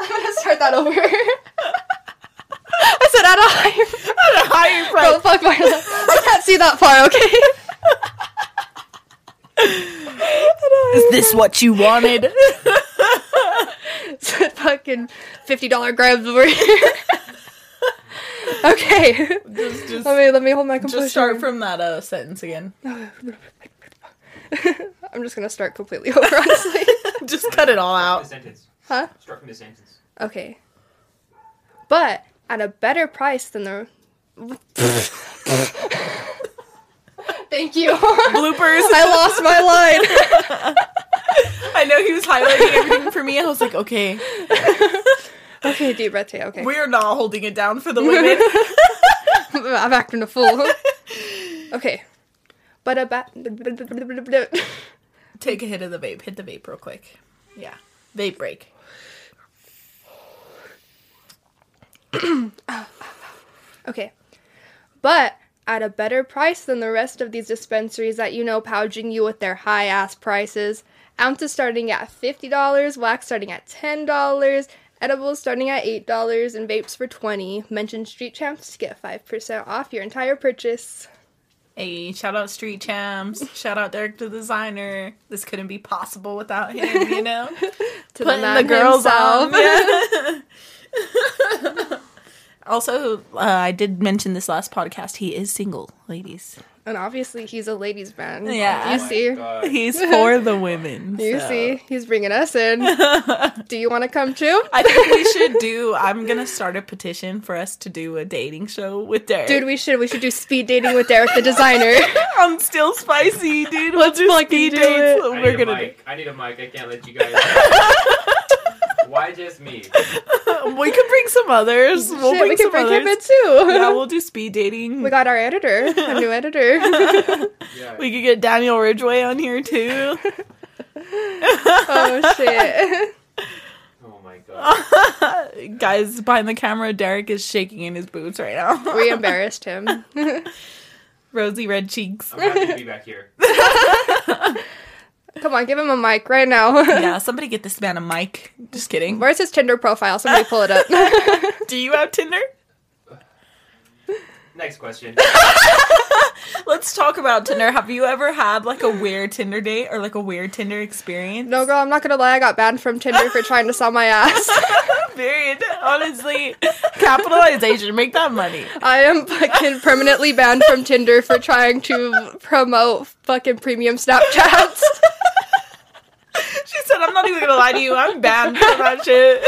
Speaker 1: [laughs] I'm gonna start that over. I said [laughs] at a higher.
Speaker 2: At a higher price.
Speaker 1: Don't fuck my life. I can't see that far. [laughs] Okay.
Speaker 2: Is this what you wanted?
Speaker 1: [laughs] It's a fucking fifty dollar grabs over here. [laughs] okay.
Speaker 2: [laughs]
Speaker 1: [laughs]
Speaker 2: just, just,
Speaker 1: Let me let me hold my composure.
Speaker 2: just start from that uh, sentence again. [laughs]
Speaker 1: I'm just gonna start completely over, honestly.
Speaker 2: just cut it all
Speaker 5: Struck me
Speaker 2: out.
Speaker 5: the sentence.
Speaker 1: Oh. huh?
Speaker 5: Struck me the sentence.
Speaker 1: Okay. But at a better price than the. Thank you. [laughs]
Speaker 2: Bloopers.
Speaker 1: I lost my line.
Speaker 2: I know he was highlighting everything for me, and I was like, okay,
Speaker 1: Okay, deep breath. Yeah, okay.
Speaker 2: we're not holding it down for the [laughs] women.
Speaker 1: I'm acting a fool. okay. But a bat. [laughs]
Speaker 2: Take a hit of the vape. Hit the vape real quick. Yeah, vape break.
Speaker 1: Okay. But at a better price than the rest of these dispensaries that you know pounding you with their high ass prices. Ounces starting at $50, wax starting at $10, edibles starting at $8, and vapes for 20 Mention Street Champs to get 5% off your entire purchase.
Speaker 2: Hey, shout out Street Champs. Shout out Derek the designer. This couldn't be possible without him, [laughs] you know?
Speaker 1: To
Speaker 2: Putting the,
Speaker 1: man
Speaker 2: girls
Speaker 1: himself.
Speaker 2: on. [laughs] yeah. [laughs] also, uh, I did mention this last podcast. He is single, ladies.
Speaker 1: [laughs] And obviously, he's a ladies' man. You
Speaker 2: Yeah. Oh my
Speaker 1: [laughs] see?
Speaker 5: God.
Speaker 2: [laughs] He's for the women.
Speaker 1: You
Speaker 2: so. [laughs]
Speaker 1: see? He's bringing us in. Do you want to come too?
Speaker 2: I think we should do. I'm gonna start a petition for us to do a dating show with Derek.
Speaker 1: Dude, we should. We should do speed dating with Derek the designer.
Speaker 2: [laughs] I'm still spicy, dude. Let's fucking
Speaker 1: do it.
Speaker 5: I
Speaker 2: We're
Speaker 5: need a
Speaker 2: gonna.
Speaker 5: mic. I need a mic. I can't let
Speaker 1: [laughs]
Speaker 5: you guys. Why just me?
Speaker 2: do- [laughs] We could bring some others. We'll
Speaker 1: Shit,
Speaker 2: bring
Speaker 1: we can
Speaker 2: some
Speaker 1: bring him in
Speaker 2: others.
Speaker 1: too.
Speaker 2: Yeah, we'll do speed dating.
Speaker 1: [laughs] we got [laughs] our editor, a new editor.
Speaker 2: [laughs]
Speaker 5: Yeah.
Speaker 2: We could get Daniel Ridgway on
Speaker 1: [laughs]
Speaker 2: here too. [laughs]
Speaker 1: oh shit!
Speaker 5: Oh my god.
Speaker 2: Guys behind the camera, Derek is shaking in his boots right now.
Speaker 1: We embarrassed him.
Speaker 2: [laughs] Rosy red
Speaker 1: [laughs]
Speaker 2: cheeks.
Speaker 5: I'm happy to be back here.
Speaker 1: Come on, give him a mic right now.
Speaker 2: Yeah, somebody get this man a mic. Just kidding.
Speaker 1: [laughs] Where's his Tinder profile? Somebody pull it up. [laughs]
Speaker 2: [laughs] Do you have Tinder?
Speaker 5: Next question.
Speaker 2: Let's talk about Tinder. Have you ever had like a weird Tinder date or like a weird Tinder experience?
Speaker 1: no, girl, I'm not gonna lie. I got banned from Tinder for trying to sell my ass.
Speaker 2: [laughs] Period. Honestly, capitalization. Make that money. [laughs]
Speaker 1: I am fucking permanently banned from Tinder for trying to promote fucking premium Snapchats. [laughs]
Speaker 2: She said, "I'm not even gonna lie to you. I'm banned for that shit."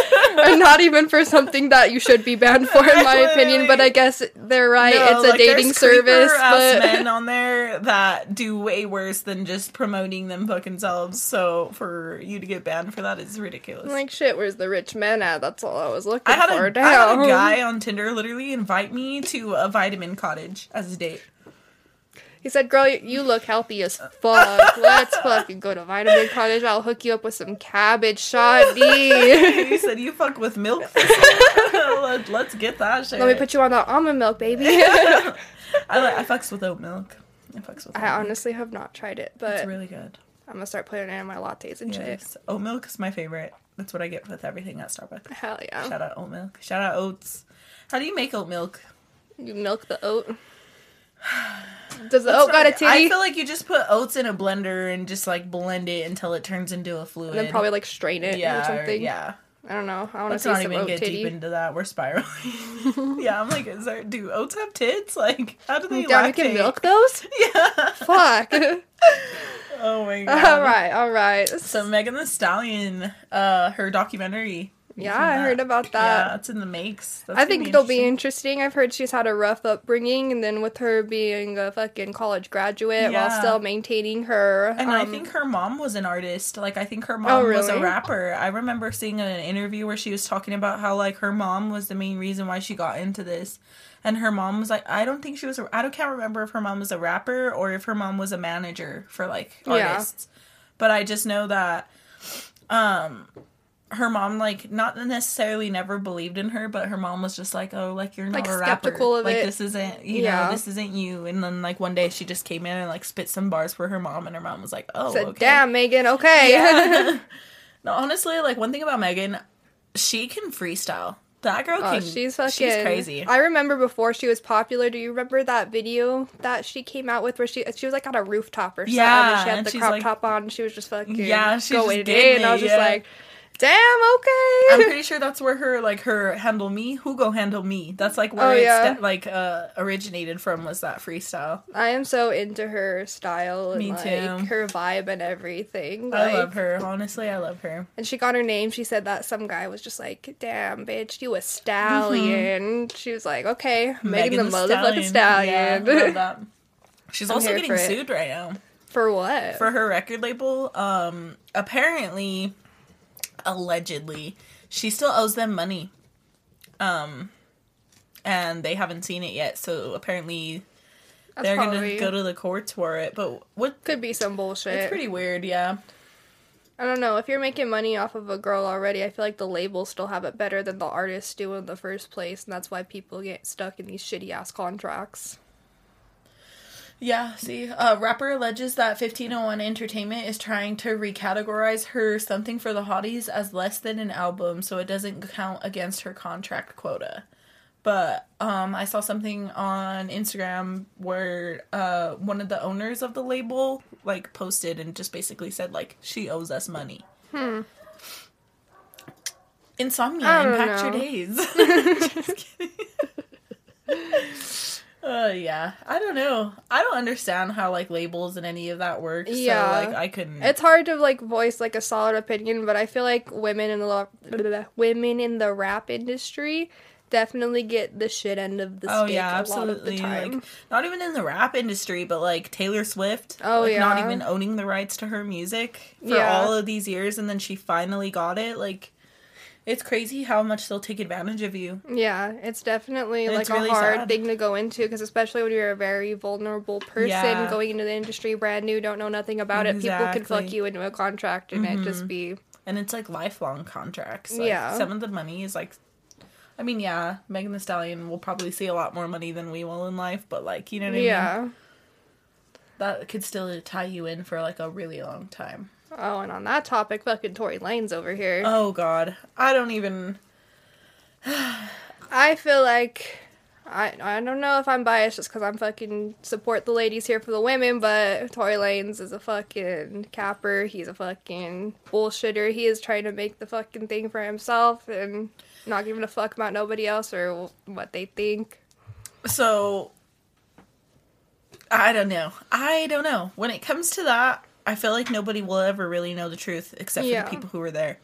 Speaker 1: and not even for something that you should be banned for, in my opinion. But I
Speaker 2: Literally.
Speaker 1: guess they're right.
Speaker 2: [laughs] No,
Speaker 1: it's a
Speaker 2: like,
Speaker 1: dating
Speaker 2: there's creeper
Speaker 1: service,
Speaker 2: ass
Speaker 1: but
Speaker 2: men on there that do way worse than just promoting them fucking selves. So for you to get banned for that is ridiculous.
Speaker 1: like shit. Where's the rich men at? That's all I was looking
Speaker 2: I had,
Speaker 1: for.
Speaker 2: a, I had a guy on Tinder literally invite me to a vitamin cottage as a date.
Speaker 1: He said, "Girl, you- you look healthy as fuck. Let's fucking go to Vitamin Cottage. I'll hook you up with some cabbage, Shadi.
Speaker 2: [laughs] He said, "You fuck with milk. Let- [laughs] Let's get that shit."
Speaker 1: Let me put you on that almond milk,
Speaker 2: [laughs]
Speaker 1: baby."
Speaker 2: I, like- I fucks with oat milk. I fucks with.
Speaker 1: I
Speaker 2: oat milk.
Speaker 1: honestly have not tried it,
Speaker 2: It's
Speaker 1: but
Speaker 2: really good.
Speaker 1: I'm gonna start putting it in my lattes and shit.
Speaker 2: Yes. Oat milk is my favorite. That's what I get with everything at Starbucks.
Speaker 1: Hell yeah!
Speaker 2: Shout out oat milk. Shout out oats. How do you make oat milk?
Speaker 1: You milk the
Speaker 2: [sighs]
Speaker 1: oat. Does the oat got a titty?
Speaker 2: I feel like you just put oats in a blender and just like blend it until it turns into a fluid.
Speaker 1: and then probably like strain it
Speaker 2: yeah,
Speaker 1: or something.
Speaker 2: yeah.
Speaker 1: I don't know. I want to
Speaker 2: Let's
Speaker 1: see
Speaker 2: not
Speaker 1: some
Speaker 2: even
Speaker 1: oat
Speaker 2: get
Speaker 1: titty.
Speaker 2: deep into that. We're spiraling.
Speaker 1: [laughs]
Speaker 2: yeah, I'm like, is there? Do oats have tits? Like, how do they?
Speaker 1: Damn, you
Speaker 2: lactate?
Speaker 1: can milk those?
Speaker 2: [laughs] Yeah.
Speaker 1: Fuck.
Speaker 2: [laughs]
Speaker 1: [laughs]
Speaker 2: Oh my god.
Speaker 1: all right, all right.
Speaker 2: So Megan the Stallion, uh, her documentary.
Speaker 1: yeah, I heard about
Speaker 2: Yeah,
Speaker 1: that.
Speaker 2: it's in the makes. That's
Speaker 1: I
Speaker 2: gonna
Speaker 1: think it'll be interesting. I've heard she's had a rough upbringing, and then with her being a fucking college graduate while
Speaker 2: Yeah.
Speaker 1: still maintaining her.
Speaker 2: And I
Speaker 1: um, Oh,
Speaker 2: think her mom was an artist. Like I think her mom was a
Speaker 1: really?
Speaker 2: rapper. I remember seeing an interview where she was talking about how like her mom was the main reason why she got into this. And her mom was like, I don't think she was. A, I don't can't remember if her mom was a rapper or if her mom was a manager for like
Speaker 1: Yeah.
Speaker 2: artists. But I just know that, um, her mom like not necessarily never believed in her, but her mom was just like, oh, like you're not
Speaker 1: Like,
Speaker 2: a rapper.
Speaker 1: skeptical of
Speaker 2: like
Speaker 1: it.
Speaker 2: this isn't you
Speaker 1: Yeah.
Speaker 2: know this isn't you. And then like one day she just came in and like spit some bars for her mom, and her mom was like, oh,
Speaker 1: said,
Speaker 2: okay.
Speaker 1: "Damn, Megan. Okay,
Speaker 2: [laughs]
Speaker 1: [laughs]
Speaker 2: Yeah. [laughs] no, honestly, like one thing about Megan, she can freestyle. That girl
Speaker 1: Oh,
Speaker 2: can.
Speaker 1: she's fucking
Speaker 2: She's
Speaker 1: [laughs]
Speaker 2: crazy.
Speaker 1: I remember before she was popular. Do you remember that video that she came out with where she she was like on a rooftop or something?
Speaker 2: Yeah,
Speaker 1: and she had
Speaker 2: and
Speaker 1: the
Speaker 2: she's
Speaker 1: crop
Speaker 2: like-
Speaker 1: top on. And she was just fucking
Speaker 2: Yeah, she's
Speaker 1: going
Speaker 2: just
Speaker 1: in.
Speaker 2: getting
Speaker 1: And I was
Speaker 2: it,
Speaker 1: just
Speaker 2: yeah.
Speaker 1: like, damn, okay.
Speaker 2: I'm pretty sure that's where her like her handle me, who go handle me. That's like where
Speaker 1: Oh,
Speaker 2: it's
Speaker 1: yeah.
Speaker 2: like uh originated from was that freestyle.
Speaker 1: I am so into her style and
Speaker 2: Me
Speaker 1: like
Speaker 2: too.
Speaker 1: her vibe and everything.
Speaker 2: I love
Speaker 1: like-
Speaker 2: her. Honestly, I love her.
Speaker 1: And she got her name. She said that some guy was just like, "Damn, bitch, you a
Speaker 2: Mm-hmm.
Speaker 1: stallion." She was like, "Okay, Megan, the, motherfucking
Speaker 2: Yeah, I
Speaker 1: stallion."
Speaker 2: love that. She's
Speaker 1: I'm
Speaker 2: also
Speaker 1: here for
Speaker 2: getting
Speaker 1: it.
Speaker 2: sued right now.
Speaker 1: [laughs] For what?
Speaker 2: for her record label. Um, apparently, allegedly, she still owes them money. Um, and they haven't seen it yet, so apparently
Speaker 1: That's
Speaker 2: they're
Speaker 1: probably-
Speaker 2: gonna go to the courts for it. But what?
Speaker 1: could be some bullshit.
Speaker 2: It's pretty weird, yeah.
Speaker 1: I don't know. If you're making money off of a girl already, I feel like the labels still have it better than the artists do in the first place, and that's why people get stuck in these shitty ass
Speaker 2: [laughs]
Speaker 1: contracts. [laughs]
Speaker 2: Yeah.
Speaker 6: See, uh, rapper alleges that 1501 Entertainment is trying to recategorize her Something for the Hotties as less than an album, so it doesn't count against her contract quota. But um, I saw something on Instagram where uh, one of the owners of the label like posted and just basically said like she owes us money.
Speaker 1: Hmm.
Speaker 2: Insomnia
Speaker 1: I don't
Speaker 2: impacts
Speaker 1: know.
Speaker 2: your days.
Speaker 1: [laughs]
Speaker 6: [laughs] Uh, yeah, I don't know. I don't understand how like labels and any of that works.
Speaker 1: Yeah.
Speaker 6: so, like I couldn't.
Speaker 1: It's hard to like voice like a solid opinion, but I feel like women in the lo- blah, blah, blah, women in the rap industry definitely get the shit end of the
Speaker 2: Oh
Speaker 1: stick
Speaker 2: yeah,
Speaker 1: a lot of the
Speaker 2: absolutely.
Speaker 1: time.
Speaker 2: Like not even in the rap industry, but like Taylor Swift.
Speaker 1: Oh,
Speaker 2: like, Not
Speaker 1: yeah.
Speaker 2: even owning the rights to her music for
Speaker 1: Yeah.
Speaker 2: all of these years, and then she finally got it. Like, it's crazy how much they'll take advantage of you.
Speaker 1: yeah, it's definitely
Speaker 2: And
Speaker 1: like
Speaker 2: it's
Speaker 1: a
Speaker 2: really
Speaker 1: hard
Speaker 2: sad.
Speaker 1: thing to go into because especially when you're a very vulnerable person
Speaker 2: Yeah.
Speaker 1: going into the industry brand new, don't know nothing about it. People can fuck
Speaker 2: Exactly. Mm-hmm.
Speaker 1: you into a contract and it just be
Speaker 2: And it's like lifelong contracts. Like,
Speaker 1: Yeah.
Speaker 2: Some of the money is like, I mean, yeah, Megan The Stallion will probably see a lot more money than we will in life, but like, you know what I mean?
Speaker 1: yeah.
Speaker 6: that could still tie you in for like a really long time.
Speaker 1: Oh, and on that topic, fucking Tory Lane's over here.
Speaker 2: Oh God, I don't even.
Speaker 1: I feel like I I don't know if I'm biased just because I'm fucking support the ladies here for the women, but Tory Lanez is a fucking capper. He's a fucking bullshitter. He is trying to make the fucking thing for himself and not giving a fuck about nobody else or what they think.
Speaker 2: So I don't know. I don't know. When it comes to that, I feel like nobody will ever really know the truth except
Speaker 1: Yeah.
Speaker 2: for the people who were there.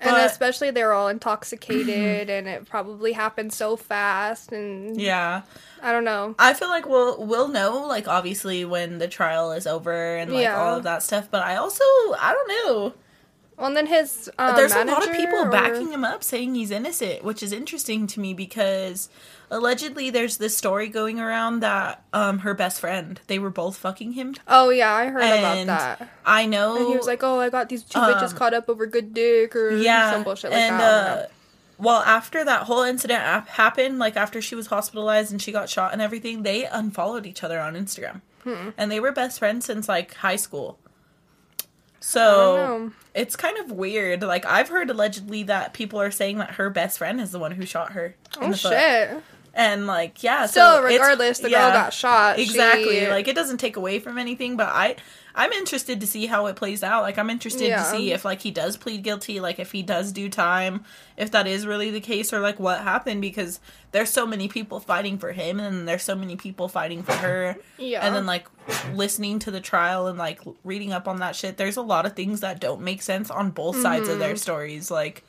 Speaker 1: and
Speaker 2: But-
Speaker 1: especially they're all intoxicated and it probably happened so fast and
Speaker 2: Yeah.
Speaker 1: I don't know.
Speaker 2: I feel like we'll we'll know like obviously when the trial is over and like
Speaker 1: Yeah.
Speaker 2: all of that stuff, but I also I don't know.
Speaker 1: Well, and then his uh,
Speaker 2: There's a lot of
Speaker 1: manager
Speaker 2: people
Speaker 1: or-
Speaker 2: backing him up saying he's innocent, which is interesting to me because allegedly there's this story going around that um her best friend, they were both fucking him.
Speaker 1: Oh yeah, I heard about
Speaker 2: And
Speaker 1: that.
Speaker 2: I know
Speaker 1: And he was like, "Oh, I got these two bitches
Speaker 2: Um,
Speaker 1: caught up over good dick or
Speaker 2: yeah,
Speaker 1: some bullshit like
Speaker 2: and,
Speaker 1: that." I don't
Speaker 2: Uh, well, after that whole incident ap- happened, like after she was hospitalized and she got shot and everything, they unfollowed each other on Instagram,
Speaker 1: Hmm.
Speaker 2: and they were best friends since like high school. So uh,
Speaker 1: know.
Speaker 2: it's kind of weird. Like I've heard allegedly that people are saying that her best friend is the one who shot her. in
Speaker 1: know. oh
Speaker 2: the foot.
Speaker 1: shit!
Speaker 2: And like yeah,
Speaker 1: Still,
Speaker 2: so it's-
Speaker 1: regardless, the girl
Speaker 2: yeah.
Speaker 1: got shot.
Speaker 2: Exactly.
Speaker 1: She-
Speaker 2: Like it doesn't take away from anything, but I I'm interested to see how it plays out. Like I'm interested
Speaker 1: Yeah.
Speaker 2: to see if like he does plead guilty, like if he does do time, if that is really the case or like what happened because there's so many people fighting for him and there's so many people fighting for her.
Speaker 1: yeah,
Speaker 2: And then like listening to the trial and like reading up on that shit, there's a lot of things that don't make sense on both sides
Speaker 1: Mm-hmm.
Speaker 2: of their stories. Like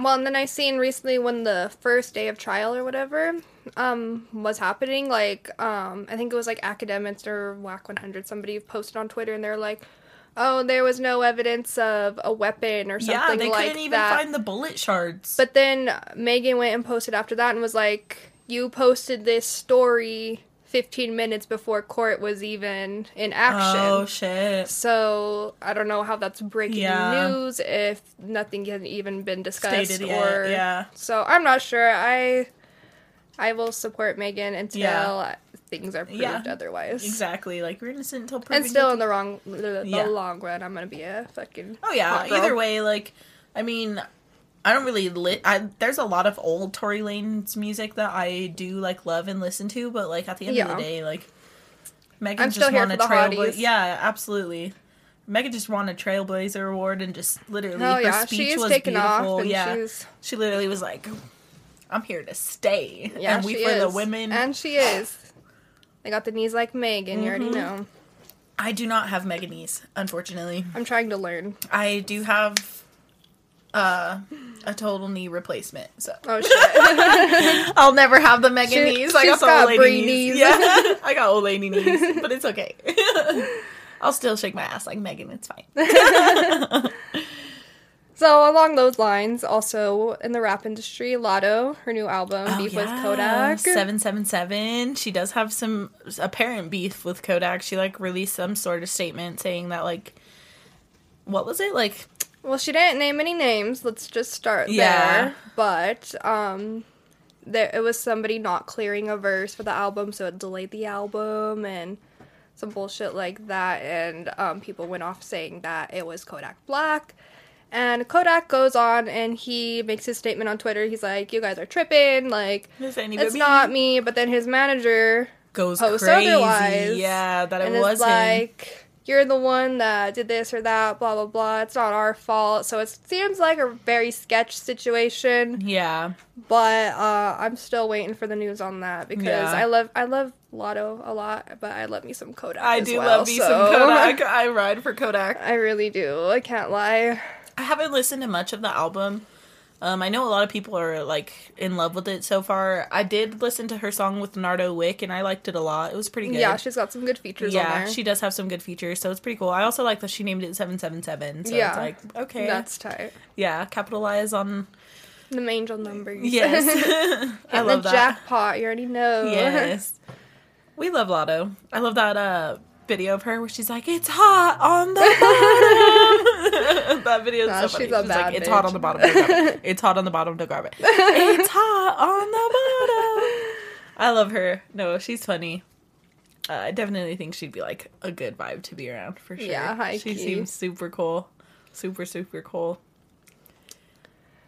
Speaker 1: well, and then I seen recently when the first day of trial or whatever um was happening, like um I think it was like academics or WAC 100 somebody posted on Twitter and they're like, "Oh, there was no evidence of a weapon or something
Speaker 2: yeah, they
Speaker 1: like
Speaker 2: couldn't even
Speaker 1: that."
Speaker 2: find the bullet shards.
Speaker 1: But then Megan went and posted after that and was like, "You posted this story 15 minutes before court was even in action."
Speaker 2: oh shit.
Speaker 1: so I don't know how that's breaking
Speaker 2: Yeah.
Speaker 1: news if nothing had even been discussed
Speaker 2: Stated yet,
Speaker 1: or
Speaker 2: yeah.
Speaker 1: So I'm not sure. I I will support Megan until
Speaker 2: Yeah.
Speaker 1: things are proved
Speaker 2: Yeah.
Speaker 1: otherwise.
Speaker 2: Exactly. Like you're innocent until proven
Speaker 1: And still
Speaker 2: guilty.
Speaker 1: in the wrong the, the
Speaker 2: Yeah.
Speaker 1: long run, I'm gonna be a fucking
Speaker 2: Oh yeah.
Speaker 1: hot girl.
Speaker 2: Either way, like, I mean, I don't really. Li- I, there's a lot of old Tory Lane's music that I do like love and listen to, but like at the end of
Speaker 1: Yeah.
Speaker 2: the day, like, Megan
Speaker 1: I'm
Speaker 2: just
Speaker 1: still here
Speaker 2: won a
Speaker 1: for the
Speaker 2: trailblazer.
Speaker 1: hotties.
Speaker 2: Yeah, absolutely. Megan just won a Trailblazer Award and just literally
Speaker 1: Oh
Speaker 2: her
Speaker 1: yeah,
Speaker 2: speech
Speaker 1: she's
Speaker 2: was
Speaker 1: taken
Speaker 2: beautiful.
Speaker 1: off and
Speaker 2: yeah,
Speaker 1: she's
Speaker 2: she literally was like, "I'm here to stay."
Speaker 1: Yeah,
Speaker 2: and we
Speaker 1: she
Speaker 2: for the
Speaker 1: is.
Speaker 2: women.
Speaker 1: And she is. They got the knees like Megan, you
Speaker 2: Mm-hmm.
Speaker 1: already know.
Speaker 2: I do not have Meganese, unfortunately.
Speaker 1: I'm trying to learn.
Speaker 2: I do have uh, a total knee replacement, so
Speaker 1: Oh shit. [laughs]
Speaker 2: [laughs] I'll never have the mega
Speaker 1: She-
Speaker 2: knees. I
Speaker 1: she's
Speaker 2: got the
Speaker 1: got
Speaker 2: old lady [laughs]
Speaker 1: Brie
Speaker 2: knees.
Speaker 1: knees.
Speaker 2: Yeah, I got old lady knees, but it's okay. [laughs] I'll still shake my ass like Megan. It's [laughs] fine.
Speaker 1: So along those lines, also in the rap industry, Lotto, her new album, [laughs]
Speaker 2: Oh,
Speaker 1: Beef with Kodak.
Speaker 2: Seven seven seven. She does have some apparent beef with Kodak. She like released some sort of statement saying that like, what was it like?
Speaker 1: Well, she didn't name any names. Let's just start
Speaker 2: Yeah.
Speaker 1: there. But um there it was somebody not clearing a verse for the album, so it delayed the album and some bullshit like that and um people went off saying that it was Kodak Black. And Kodak goes on and he makes his statement on Twitter. He's like, "You guys are tripping. Like
Speaker 2: It's
Speaker 1: it's not me." But then his manager
Speaker 2: goes
Speaker 1: post
Speaker 2: crazy.
Speaker 1: otherwise,
Speaker 2: Yeah, that
Speaker 1: and
Speaker 2: it
Speaker 1: it's
Speaker 2: was him.
Speaker 1: like you're the one that did this or that blah blah blah it's not our fault so it seems like a very sketch situation
Speaker 2: Yeah,
Speaker 1: but uh, i'm still waiting for the news on that because
Speaker 2: Yeah.
Speaker 1: i love i love lotto a lot but i love me some kodak
Speaker 2: I
Speaker 1: as
Speaker 2: do
Speaker 1: well,
Speaker 2: love me
Speaker 1: so-
Speaker 2: some Kodak. I ride for Kodak.
Speaker 1: [laughs] i really do i can't lie
Speaker 2: I haven't listened to much of the album. Um, I know a lot of people are like in love with it so far. I did listen to her song with Nardo Wick, and I liked it a lot. It was pretty good.
Speaker 1: yeah she's got some good features on
Speaker 2: yeah,
Speaker 1: there
Speaker 2: she does have some good features, so it's pretty cool. I also like that she named it seven seven seven. So
Speaker 1: Yeah.
Speaker 2: it's like okay,
Speaker 1: that's tight
Speaker 2: yeah,
Speaker 1: [laughs]
Speaker 2: capitalize on
Speaker 1: the angel numbers [laughs]
Speaker 2: yes. [laughs] I
Speaker 1: Hitting
Speaker 2: love
Speaker 1: the
Speaker 2: that.
Speaker 1: jackpot you already know [laughs]
Speaker 2: Yes, we love Lotto. I love that uh video of her where she's like, "It's hot on the
Speaker 1: [laughs] Oh,
Speaker 2: bottom." [laughs] that video is
Speaker 1: Nah,
Speaker 2: so funny.
Speaker 1: she's a bad
Speaker 2: like, "It's hot
Speaker 1: bitch."
Speaker 2: on the bottom. Don't
Speaker 1: [laughs]
Speaker 2: grab it. It's hot on the bottom. Don't grab it. It's hot on the bottom. I love her. No, she's funny. Uh, I definitely think she'd be like a good vibe to be around for sure.
Speaker 1: Yeah, high
Speaker 2: she
Speaker 1: key.
Speaker 2: seems super cool, super super cool.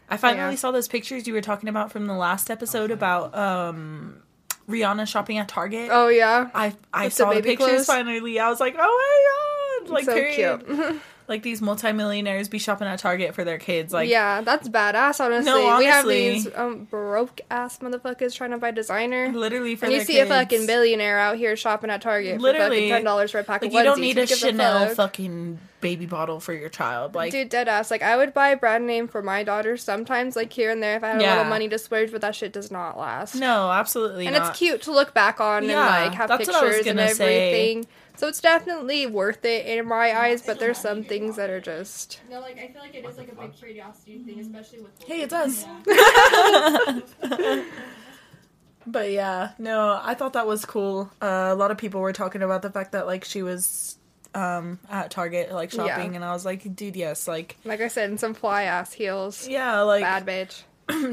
Speaker 2: I finally
Speaker 1: Yeah.
Speaker 2: saw those pictures you were talking about from the last episode about um Rihanna shopping at Target.
Speaker 1: oh yeah
Speaker 2: I I
Speaker 1: With the
Speaker 2: saw the,
Speaker 1: baby
Speaker 2: pictures
Speaker 1: clothes?
Speaker 2: finally. I was like, oh my god! Like
Speaker 1: so
Speaker 2: period.
Speaker 1: cute
Speaker 2: Like these multimillionaires be shopping at Target for their kids. Like
Speaker 1: yeah, that's badass. Honestly,
Speaker 2: No,
Speaker 1: we have
Speaker 2: honestly.
Speaker 1: these um, broke ass motherfuckers trying to buy designer,
Speaker 2: literally for
Speaker 1: and you
Speaker 2: their
Speaker 1: see
Speaker 2: kids.
Speaker 1: a fucking billionaire out here shopping at Target for
Speaker 2: Literally.
Speaker 1: fucking ten dollars for a pack
Speaker 2: Like
Speaker 1: of
Speaker 2: you don't
Speaker 1: onesies.
Speaker 2: need
Speaker 1: Who
Speaker 2: a
Speaker 1: gives
Speaker 2: Chanel
Speaker 1: fuck?
Speaker 2: fucking baby bottle for your child. Like
Speaker 1: Dude, dead ass. Like I would buy a brand name for my daughter sometimes, like here and there, if I had a
Speaker 2: Yeah.
Speaker 1: little money to splurge, but that shit does not last.
Speaker 2: no, absolutely
Speaker 1: and
Speaker 2: not.
Speaker 1: it's cute to look back on
Speaker 2: Yeah,
Speaker 1: and like have
Speaker 2: that's what I was
Speaker 1: pictures and
Speaker 2: gonna say.
Speaker 1: everything. So it's definitely worth it in my eyes, but there's some things that are just
Speaker 7: No, like I feel like it is like a big curiosity thing, especially with.
Speaker 2: Hey,
Speaker 1: [laughs]
Speaker 2: it does. [laughs]
Speaker 8: But yeah, no, I thought that was cool. Uh, a lot of people were talking about the fact that like she was
Speaker 2: um at Target like
Speaker 1: Yeah.
Speaker 2: shopping and I was like, dude, yes, like
Speaker 1: like I said, in some fly ass heels.
Speaker 2: yeah, like
Speaker 1: Bad bitch.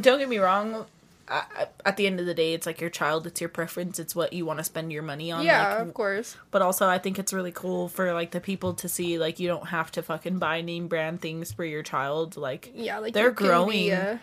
Speaker 2: don't get me wrong. I, I- at the end of the day, it's like your child. It's your preference. It's what you want to spend your money on.
Speaker 1: yeah,
Speaker 2: like,
Speaker 1: of course.
Speaker 2: but also I think it's really cool for like the people to see like you don't have to fucking buy name brand things for your child. Like
Speaker 1: Yeah, like
Speaker 2: They're
Speaker 1: you can be uh,
Speaker 2: growing.
Speaker 1: a-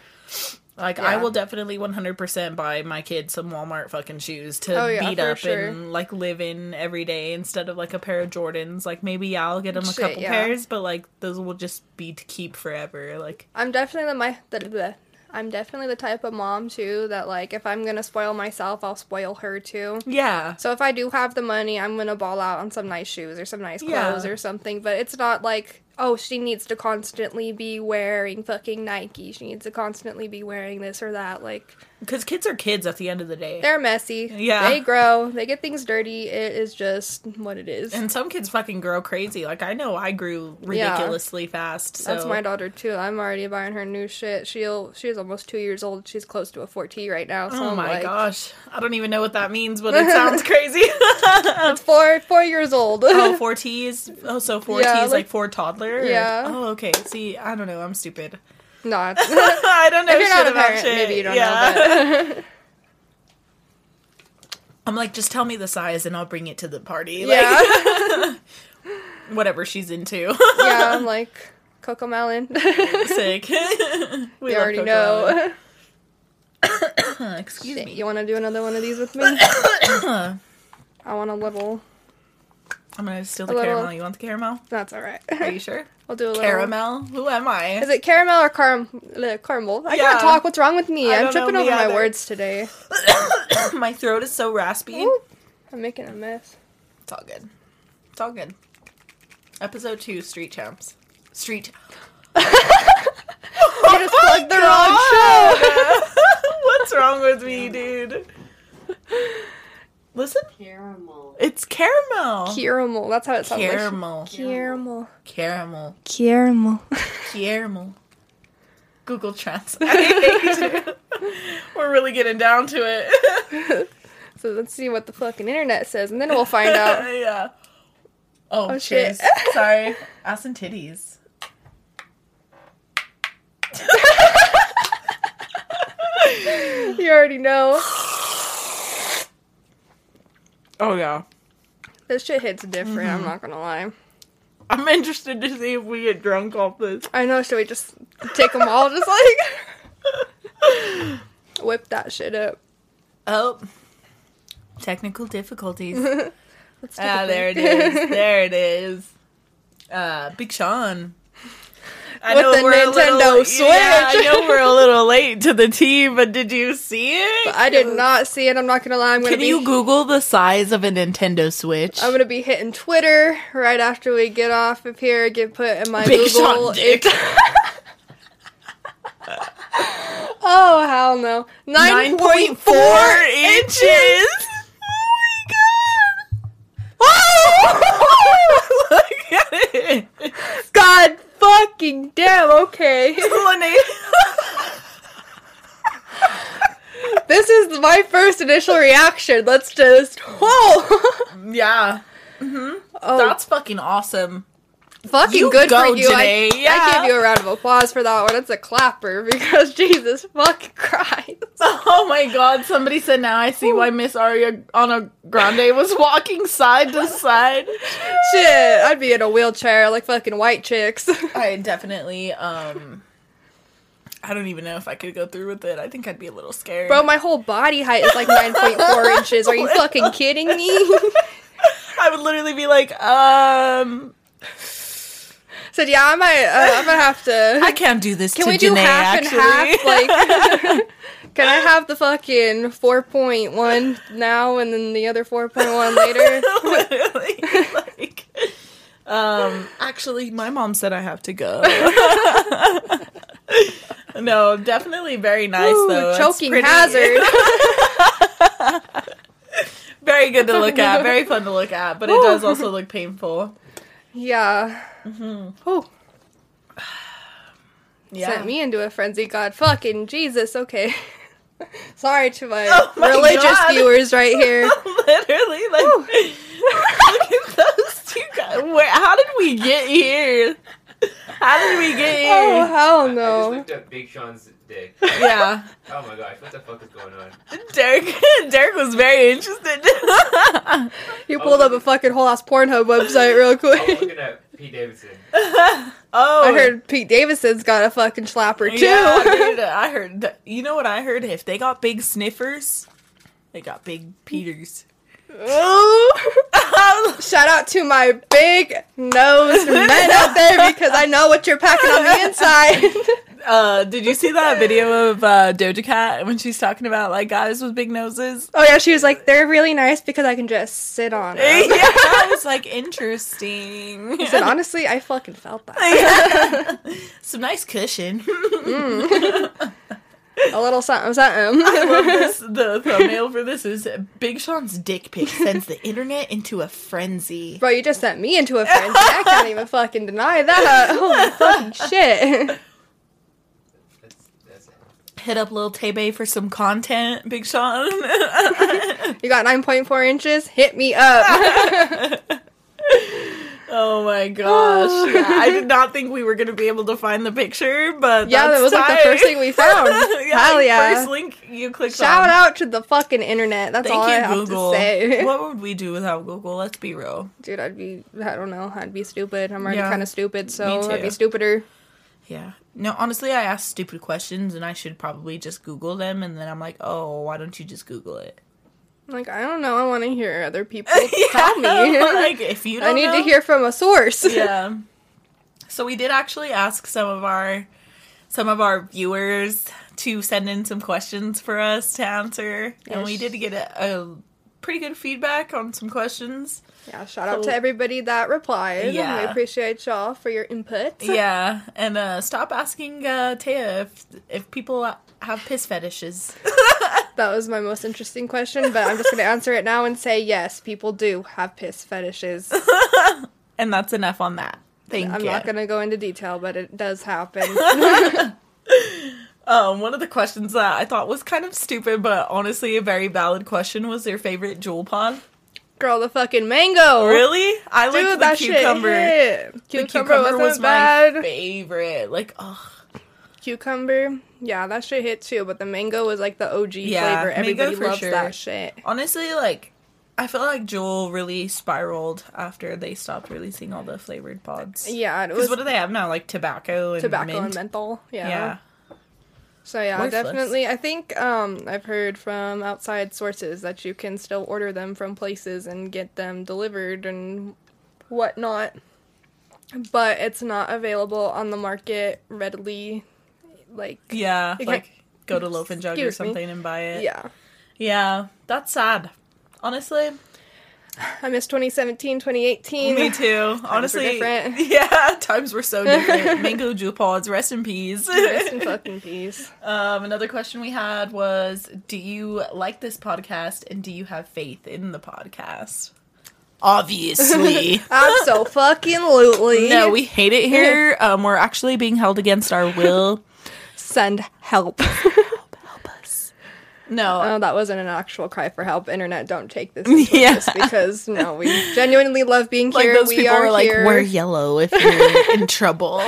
Speaker 2: like I
Speaker 1: Yeah.
Speaker 2: will definitely 100% buy my kids some Walmart fucking shoes to
Speaker 1: Oh, yeah,
Speaker 2: beat
Speaker 1: for
Speaker 2: up
Speaker 1: sure.
Speaker 2: and like live in every day instead of like a pair of Jordans. Like maybe yeah, I'll get them a
Speaker 1: Shit,
Speaker 2: couple
Speaker 1: yeah.
Speaker 2: pairs, but like those will just be to keep forever. Like
Speaker 1: I'm definitely the my the, the I'm definitely the type of mom too that like if I'm gonna spoil myself, I'll spoil her too.
Speaker 2: yeah.
Speaker 1: So if I do have the money, I'm gonna ball out on some nice shoes or some nice
Speaker 2: Yeah.
Speaker 1: clothes or something. But it's not like oh she needs to constantly be wearing fucking Nike. She needs to constantly be wearing this or that. Like
Speaker 2: Cuz kids are kids at the end of the day.
Speaker 1: they're messy.
Speaker 2: Yeah.
Speaker 1: they grow. They get things dirty. It is just what it is.
Speaker 2: and some kids fucking grow crazy. Like I know I grew
Speaker 1: Yeah.
Speaker 2: ridiculously fast. So
Speaker 1: That's my daughter too. I'm already buying her new shit. She'll she's almost two years old. She's close to a 4T right now. So
Speaker 2: Oh
Speaker 1: I'm
Speaker 2: my
Speaker 1: like,
Speaker 2: gosh. I don't even know what that means, but it
Speaker 1: [laughs]
Speaker 2: sounds crazy. [laughs]
Speaker 1: It's four four years old. [laughs]
Speaker 2: oh, four T's. Oh, so four
Speaker 1: Yeah,
Speaker 2: T's, like,
Speaker 1: like-
Speaker 2: four toddler? or-
Speaker 1: Yeah.
Speaker 2: Oh, okay. See, I don't know. I'm
Speaker 1: [laughs]
Speaker 2: stupid. [laughs]
Speaker 1: Not.
Speaker 2: I don't know
Speaker 1: if you're
Speaker 2: shit
Speaker 1: not a
Speaker 2: about
Speaker 1: parent,
Speaker 2: shit.
Speaker 1: maybe you don't
Speaker 2: Yeah.
Speaker 1: know. But
Speaker 2: [laughs] I'm like, just tell me the size and I'll bring it to the party. Like,
Speaker 1: yeah, [laughs]
Speaker 2: Whatever she's into.
Speaker 1: yeah.
Speaker 2: [laughs]
Speaker 1: I'm like Coco Melon. [laughs] you
Speaker 2: Sick. [laughs] we love
Speaker 1: already
Speaker 2: Coco
Speaker 1: [laughs]
Speaker 2: Melon.
Speaker 1: know.
Speaker 2: [laughs] Excuse
Speaker 1: Shit,
Speaker 2: me.
Speaker 1: You want to do another one of these
Speaker 2: [laughs]
Speaker 1: with me?
Speaker 2: [coughs]
Speaker 1: I want a little.
Speaker 2: I'm going to steal
Speaker 1: A
Speaker 2: the
Speaker 1: little-
Speaker 2: caramel. You want the caramel?
Speaker 1: That's all right.
Speaker 2: Are you sure?
Speaker 1: [laughs] I'll do a little.
Speaker 2: Caramel? Who am I?
Speaker 1: Is it caramel or caram- uh, caramel? I
Speaker 2: Yeah.
Speaker 1: can't talk. What's wrong with me?
Speaker 2: I
Speaker 1: I'm
Speaker 2: don't know
Speaker 1: tripping
Speaker 2: me
Speaker 1: over
Speaker 2: either.
Speaker 1: my words today.
Speaker 2: [coughs] my throat is so raspy.
Speaker 1: I'm making a mess.
Speaker 2: It's all good. It's all good. Episode two, Street Champs.
Speaker 1: [laughs]
Speaker 2: Street. Oh
Speaker 1: You just plugged the wrong show.
Speaker 2: [laughs] What's wrong with me, dude? Listen,
Speaker 7: Caramel.
Speaker 2: it It's caramel.
Speaker 1: Caramel. That's how it sounds. Like.
Speaker 2: Caramel.
Speaker 1: Caramel.
Speaker 2: Caramel.
Speaker 1: Caramel.
Speaker 2: Caramel. Google Translate. [laughs] We're really getting down to it.
Speaker 1: [laughs] so let's see what the fucking internet says, and then we'll [laughs] find
Speaker 2: [laughs]
Speaker 1: out.
Speaker 2: yeah. Oh,
Speaker 1: Oh,
Speaker 2: cheers.
Speaker 1: shit.
Speaker 2: Sorry. Ass and titties.
Speaker 1: you already know
Speaker 2: Oh, yeah.
Speaker 1: this shit hits different.
Speaker 2: Mm-hmm.
Speaker 1: I'm not gonna lie.
Speaker 2: I'm interested to see if we get drunk off this. [laughs]
Speaker 1: I know. Should we just take them all? Just like [laughs] whip that shit up. [laughs]
Speaker 2: Oh. Technical difficulties.
Speaker 1: Let's take a
Speaker 2: ah, there it
Speaker 1: break. [laughs]
Speaker 2: is. There it is. Uh, Big Sean. I
Speaker 1: With the Nintendo
Speaker 2: little,
Speaker 1: Switch.
Speaker 2: Yeah, I know we're a little late to the tea, but did you see it?
Speaker 1: But I did not see it. I'm not gonna lie. I'm gonna
Speaker 2: Can
Speaker 1: be.
Speaker 2: you Google the size of a Nintendo Switch?
Speaker 1: I'm gonna be hitting Twitter right after we get off of here. Get put in my Google.
Speaker 2: [laughs]
Speaker 1: Oh hell no! Nine point four.
Speaker 2: inches. Oh my god! Look at [laughs] it.
Speaker 1: God fucking damn. Okay, [laughs] this is my first initial reaction. Let's just whoa. [laughs]
Speaker 2: yeah,
Speaker 1: Oh,
Speaker 2: that's fucking awesome. [laughs]
Speaker 1: fucking
Speaker 2: you
Speaker 1: good
Speaker 2: go
Speaker 1: for you.
Speaker 2: today,
Speaker 1: I,
Speaker 2: yeah.
Speaker 1: I give you a round of applause for that one. It's a clapper [laughs] because Jesus fucking Christ.
Speaker 2: Oh my god, somebody said now I see why Miss Ariana Grande was walking side [laughs] to side.
Speaker 1: Shit, I'd be in a wheelchair like fucking white chicks. [laughs]
Speaker 2: I definitely um I don't even know if I could go through with it. I think I'd be a little scared.
Speaker 1: Bro, my whole body height is like
Speaker 2: [laughs]
Speaker 1: 9.4 inches. Are you fucking kidding me? [laughs]
Speaker 2: I would literally be like, um
Speaker 1: Said, yeah, I might, uh, I'm gonna have
Speaker 2: [laughs] I
Speaker 1: to.
Speaker 2: can't do this
Speaker 1: Can
Speaker 2: to
Speaker 1: we do
Speaker 2: Janae,
Speaker 1: half
Speaker 2: actually.
Speaker 1: and half?
Speaker 2: [laughs]
Speaker 1: Like, can I have the fucking 4.1 now and then the other 4.1 later?
Speaker 2: [laughs] Literally, like, um, actually, my mom said I have to [laughs] go. no, definitely very nice
Speaker 1: Ooh,
Speaker 2: though. It's
Speaker 1: choking
Speaker 2: pretty-
Speaker 1: hazard.
Speaker 2: [laughs] Very good to look at. Very fun to look at, but it does also look painful.
Speaker 1: yeah. Oh,
Speaker 2: Yeah.
Speaker 1: sent me into a frenzy. God fucking Jesus. Okay. [laughs] Sorry to my,
Speaker 2: Oh my
Speaker 1: religious
Speaker 2: God.
Speaker 1: viewers right [laughs] here.
Speaker 2: [laughs] Literally, like, look at those two guys. Where? How did we get here? How did we get
Speaker 1: [laughs] Oh,
Speaker 2: here?
Speaker 1: hell
Speaker 5: I just
Speaker 1: no.
Speaker 5: looked at Big Sean's dick.
Speaker 2: Yeah.
Speaker 5: Oh my gosh, what the fuck is going on?
Speaker 2: [laughs] Derek Derek was very interested.
Speaker 1: You pulled up a fucking whole ass Pornhub website
Speaker 2: [laughs]
Speaker 1: real
Speaker 5: I was
Speaker 1: quick.
Speaker 5: looking at Pete Davidson.
Speaker 2: [laughs] oh,
Speaker 1: I heard Pete Davidson's got a fucking slapper too. [laughs]
Speaker 2: Yeah, dude, I heard. That. You know what I heard? If they got big sniffers, they got big
Speaker 1: [laughs]
Speaker 2: peters. Uh,
Speaker 1: Ooh. Shout out to my big
Speaker 2: [laughs]
Speaker 1: nosed men out there because I know what you're packing on the inside. [laughs]
Speaker 2: uh, did you see that video of uh, Doja Cat when she's talking about like guys with
Speaker 1: [laughs]
Speaker 2: big noses?
Speaker 1: oh yeah, she was like, they're really nice because I can just sit on
Speaker 2: [laughs] yeah,
Speaker 1: it.
Speaker 2: I
Speaker 1: [laughs]
Speaker 2: was like interesting.
Speaker 1: And
Speaker 2: [laughs]
Speaker 1: honestly, I fucking felt that. [laughs]
Speaker 2: Some nice cushion.
Speaker 1: Mm.
Speaker 2: [laughs]
Speaker 1: A little something, something.
Speaker 2: Well,
Speaker 1: [laughs]
Speaker 2: this- the thumbnail for this is Big Sean's dick pic sends the internet into a frenzy.
Speaker 1: Bro, you just sent me into a frenzy. I can't even fucking deny that.
Speaker 2: [laughs]
Speaker 1: Holy fucking shit. [laughs]
Speaker 5: That's, that's
Speaker 2: Hit up Lil Tebe for some content,
Speaker 1: [laughs]
Speaker 2: Big Sean.
Speaker 1: You got 9.4 inches? Hit me
Speaker 2: [laughs]
Speaker 1: up.
Speaker 2: oh
Speaker 1: [sighs]
Speaker 2: my gosh! Yeah, I did not think we were gonna be able to find the picture, but
Speaker 1: yeah, that
Speaker 2: that's
Speaker 1: was like the
Speaker 2: tight.
Speaker 1: first thing we found.
Speaker 2: [laughs] yeah,
Speaker 1: Hell
Speaker 2: like,
Speaker 1: yeah.
Speaker 2: First link you clicked
Speaker 1: Shout
Speaker 2: on.
Speaker 1: out to the fucking internet. That's all I
Speaker 2: Thank you,
Speaker 1: have
Speaker 2: Google.
Speaker 1: to say. [laughs]
Speaker 2: What would we do without Google? Let's be real.
Speaker 1: Dude, I'd be, I don't know, I'd be stupid. I'm already
Speaker 2: Yeah.
Speaker 1: kind of stupid, so
Speaker 2: Me
Speaker 1: I'd be
Speaker 2: too.
Speaker 1: stupider.
Speaker 2: Yeah. No, honestly, I ask stupid questions and I should probably just Google them. And then I'm like, oh, why don't you just Google it?
Speaker 1: Like, I don't know, I want to hear other
Speaker 2: [laughs]
Speaker 1: people
Speaker 2: Yeah,
Speaker 1: tell me.
Speaker 2: [laughs] like,
Speaker 1: [laughs]
Speaker 2: if you don't
Speaker 1: I need
Speaker 2: know-
Speaker 1: to hear from a source.
Speaker 2: [laughs] Yeah. So we did actually ask some of our some of our viewers to send in some questions for us to answer, and we
Speaker 1: Yes.
Speaker 2: did get a, a pretty good feedback on some questions.
Speaker 1: [laughs] Yeah, shout out
Speaker 2: So-
Speaker 1: to everybody that replied.
Speaker 2: Yeah.
Speaker 1: We appreciate y'all for your input.
Speaker 2: yeah, and uh, stop asking uh, Taya if if people have piss fetishes.
Speaker 1: That was my most interesting question, but I'm just going to answer it now and say yes, people do have piss
Speaker 2: [laughs]
Speaker 1: fetishes.
Speaker 2: and that's enough on that. Thank
Speaker 1: I'm
Speaker 2: you.
Speaker 1: not going to go into detail, but it does
Speaker 2: [laughs]
Speaker 1: happen.
Speaker 2: Um, one of the questions that I thought was kind of stupid, but honestly a very valid question was their favorite jewel pod.
Speaker 1: Girl, the fucking mango.
Speaker 2: Really? I
Speaker 1: Oh. Dude,
Speaker 2: like the
Speaker 1: that
Speaker 2: cucumber.
Speaker 1: shit hit.
Speaker 2: The
Speaker 1: Cucumber, wasn't
Speaker 2: was
Speaker 1: bad.
Speaker 2: my favorite. Like, oh
Speaker 1: cucumber. Yeah, that shit hit too, but the mango was like the OG
Speaker 2: Yeah,
Speaker 1: flavor.
Speaker 2: mango
Speaker 1: Everybody
Speaker 2: for
Speaker 1: loves
Speaker 2: sure.
Speaker 1: that shit.
Speaker 2: honestly, like I feel like Jewel really spiraled after they stopped releasing all the flavored pods.
Speaker 1: Yeah, it
Speaker 2: Because
Speaker 1: was
Speaker 2: what do they have now? Like tobacco and
Speaker 1: tobacco
Speaker 2: mint?
Speaker 1: and menthol.
Speaker 2: Yeah.
Speaker 1: So yeah,
Speaker 2: Worthless.
Speaker 1: definitely. I think um, I've heard from outside sources that you can still order them from places and get them delivered and whatnot, but it's not available on the market readily. Like
Speaker 2: Yeah.
Speaker 1: You
Speaker 2: Like go to Loaf and Jug or
Speaker 1: Excuse me.
Speaker 2: something and buy it.
Speaker 1: yeah,
Speaker 2: Yeah. That's sad. Honestly.
Speaker 1: I miss 2017, 2018. [laughs]
Speaker 2: Me too. Honestly.
Speaker 1: different.
Speaker 2: [laughs] Yeah, times were so [laughs] different. Mango Jewel pods, rest in peace.
Speaker 1: Rest in fucking peace.
Speaker 2: [laughs] Um, another question we had was Do you like this podcast and do you have faith in the podcast? [laughs] Obviously.
Speaker 1: I'm so fucking lootly.
Speaker 2: no, we hate it here. Um, we're actually being held against our will.
Speaker 1: send help.
Speaker 2: [laughs]
Speaker 1: [laughs]
Speaker 2: No.
Speaker 1: Oh, that wasn't an actual cry for help. Internet, don't take this as
Speaker 2: [laughs] Yeah.
Speaker 1: racist because no, we genuinely love being
Speaker 2: like
Speaker 1: here.
Speaker 2: those
Speaker 1: we
Speaker 2: people
Speaker 1: are
Speaker 2: are like,
Speaker 1: here.
Speaker 2: we're yellow if you're [laughs] in trouble. like,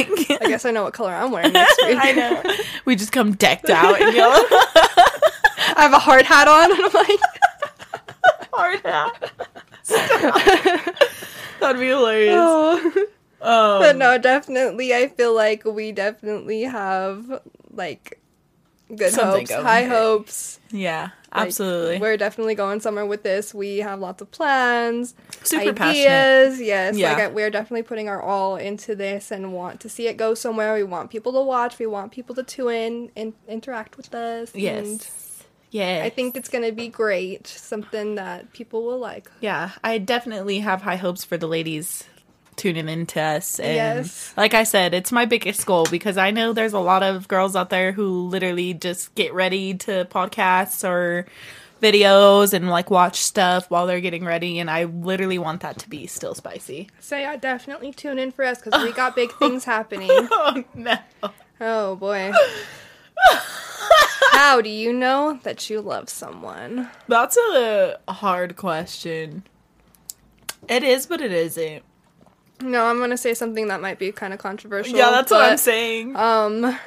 Speaker 1: I guess I know what color I'm
Speaker 2: [laughs]
Speaker 1: wearing next week.
Speaker 2: I know. We just come decked out in [laughs] yellow.
Speaker 1: [laughs] I have a hard hat on, and I'm
Speaker 2: [laughs]
Speaker 1: like,
Speaker 2: Hard hat. [laughs] That'd be hilarious.
Speaker 1: oh.
Speaker 2: Um,
Speaker 1: [laughs] But no, definitely, I feel like we definitely have like good
Speaker 2: Something
Speaker 1: hopes,
Speaker 2: going
Speaker 1: high
Speaker 2: here.
Speaker 1: hopes.
Speaker 2: Yeah,
Speaker 1: Like,
Speaker 2: absolutely.
Speaker 1: we're definitely going somewhere with this. We have lots of plans.
Speaker 2: Super passionate.
Speaker 1: ideas. Yes,
Speaker 2: Yeah.
Speaker 1: like I, we're definitely putting our all into this and want to see it go somewhere. We want people to watch. We want people to tune in and interact with us. and
Speaker 2: Yes. Yeah.
Speaker 1: I think it's gonna be great. Something that people will like.
Speaker 2: Yeah, I definitely have high hopes for the ladies tuning in to us. And
Speaker 1: Yes.
Speaker 2: like I said, it's my biggest goal because I know there's a lot of girls out there who literally just get ready to podcasts or videos and like watch stuff while they're getting ready and I literally want that to be still spicy. [laughs]
Speaker 1: Say, I definitely tune in for us because we got big things happening.
Speaker 2: Oh no.
Speaker 1: Oh
Speaker 2: [laughs]
Speaker 1: boy. How do you know that you love someone?
Speaker 2: That's a hard question. It is, but it isn't.
Speaker 1: No, I'm gonna say something that might be kind of controversial.
Speaker 2: Yeah, that's what I'm
Speaker 1: but-
Speaker 2: saying.
Speaker 1: um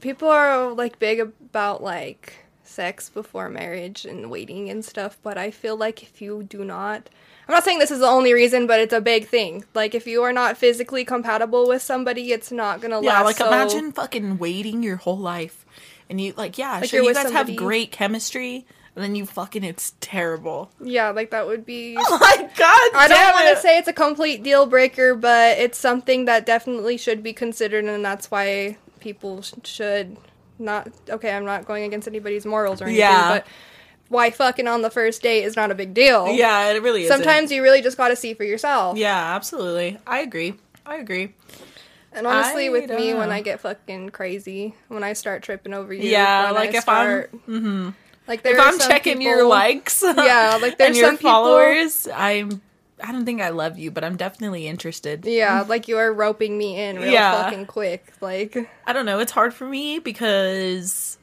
Speaker 1: people are like big about like sex before marriage and waiting and stuff but i feel like if you do not i'm not saying this is the only reason but it's a big thing like if you are not physically compatible with somebody it's not gonna
Speaker 2: Yeah,
Speaker 1: last
Speaker 2: like
Speaker 1: so-
Speaker 2: imagine fucking waiting your whole life, and you like yeah,
Speaker 1: Like,
Speaker 2: sure
Speaker 1: you're
Speaker 2: you
Speaker 1: with
Speaker 2: guys
Speaker 1: somebody-
Speaker 2: have great chemistry, and then you fucking it's
Speaker 1: [laughs]
Speaker 2: terrible.
Speaker 1: yeah like that would be
Speaker 2: Oh my god,
Speaker 1: [laughs] i don't
Speaker 2: damn
Speaker 1: want
Speaker 2: it.
Speaker 1: to say it's a complete deal breaker but it's something that definitely should be considered and that's why people sh- should not okay i'm not going against anybody's morals or anything
Speaker 2: Yeah.
Speaker 1: but why fucking on the first date is not a big deal
Speaker 2: oh, Yeah, it really is.
Speaker 1: Sometimes you really just got to see for yourself.
Speaker 2: Yeah, absolutely. I agree. I agree.
Speaker 1: And honestly,
Speaker 2: I
Speaker 1: with
Speaker 2: don't
Speaker 1: me,
Speaker 2: know.
Speaker 1: when I get fucking crazy, when I start tripping over you,
Speaker 2: Yeah,
Speaker 1: when
Speaker 2: like
Speaker 1: I
Speaker 2: if
Speaker 1: start,
Speaker 2: I'm mhm.
Speaker 1: like there
Speaker 2: if
Speaker 1: are
Speaker 2: I'm
Speaker 1: some
Speaker 2: checking your
Speaker 1: people-
Speaker 2: likes,
Speaker 1: Yeah, like,
Speaker 2: [laughs] and
Speaker 1: there's
Speaker 2: your
Speaker 1: some people-
Speaker 2: followers, I'm. I don't think I love you, but I'm definitely interested.
Speaker 1: Yeah, like you are roping me in real
Speaker 2: Yeah.
Speaker 1: fucking quick. Like
Speaker 2: I don't know. It's hard for me because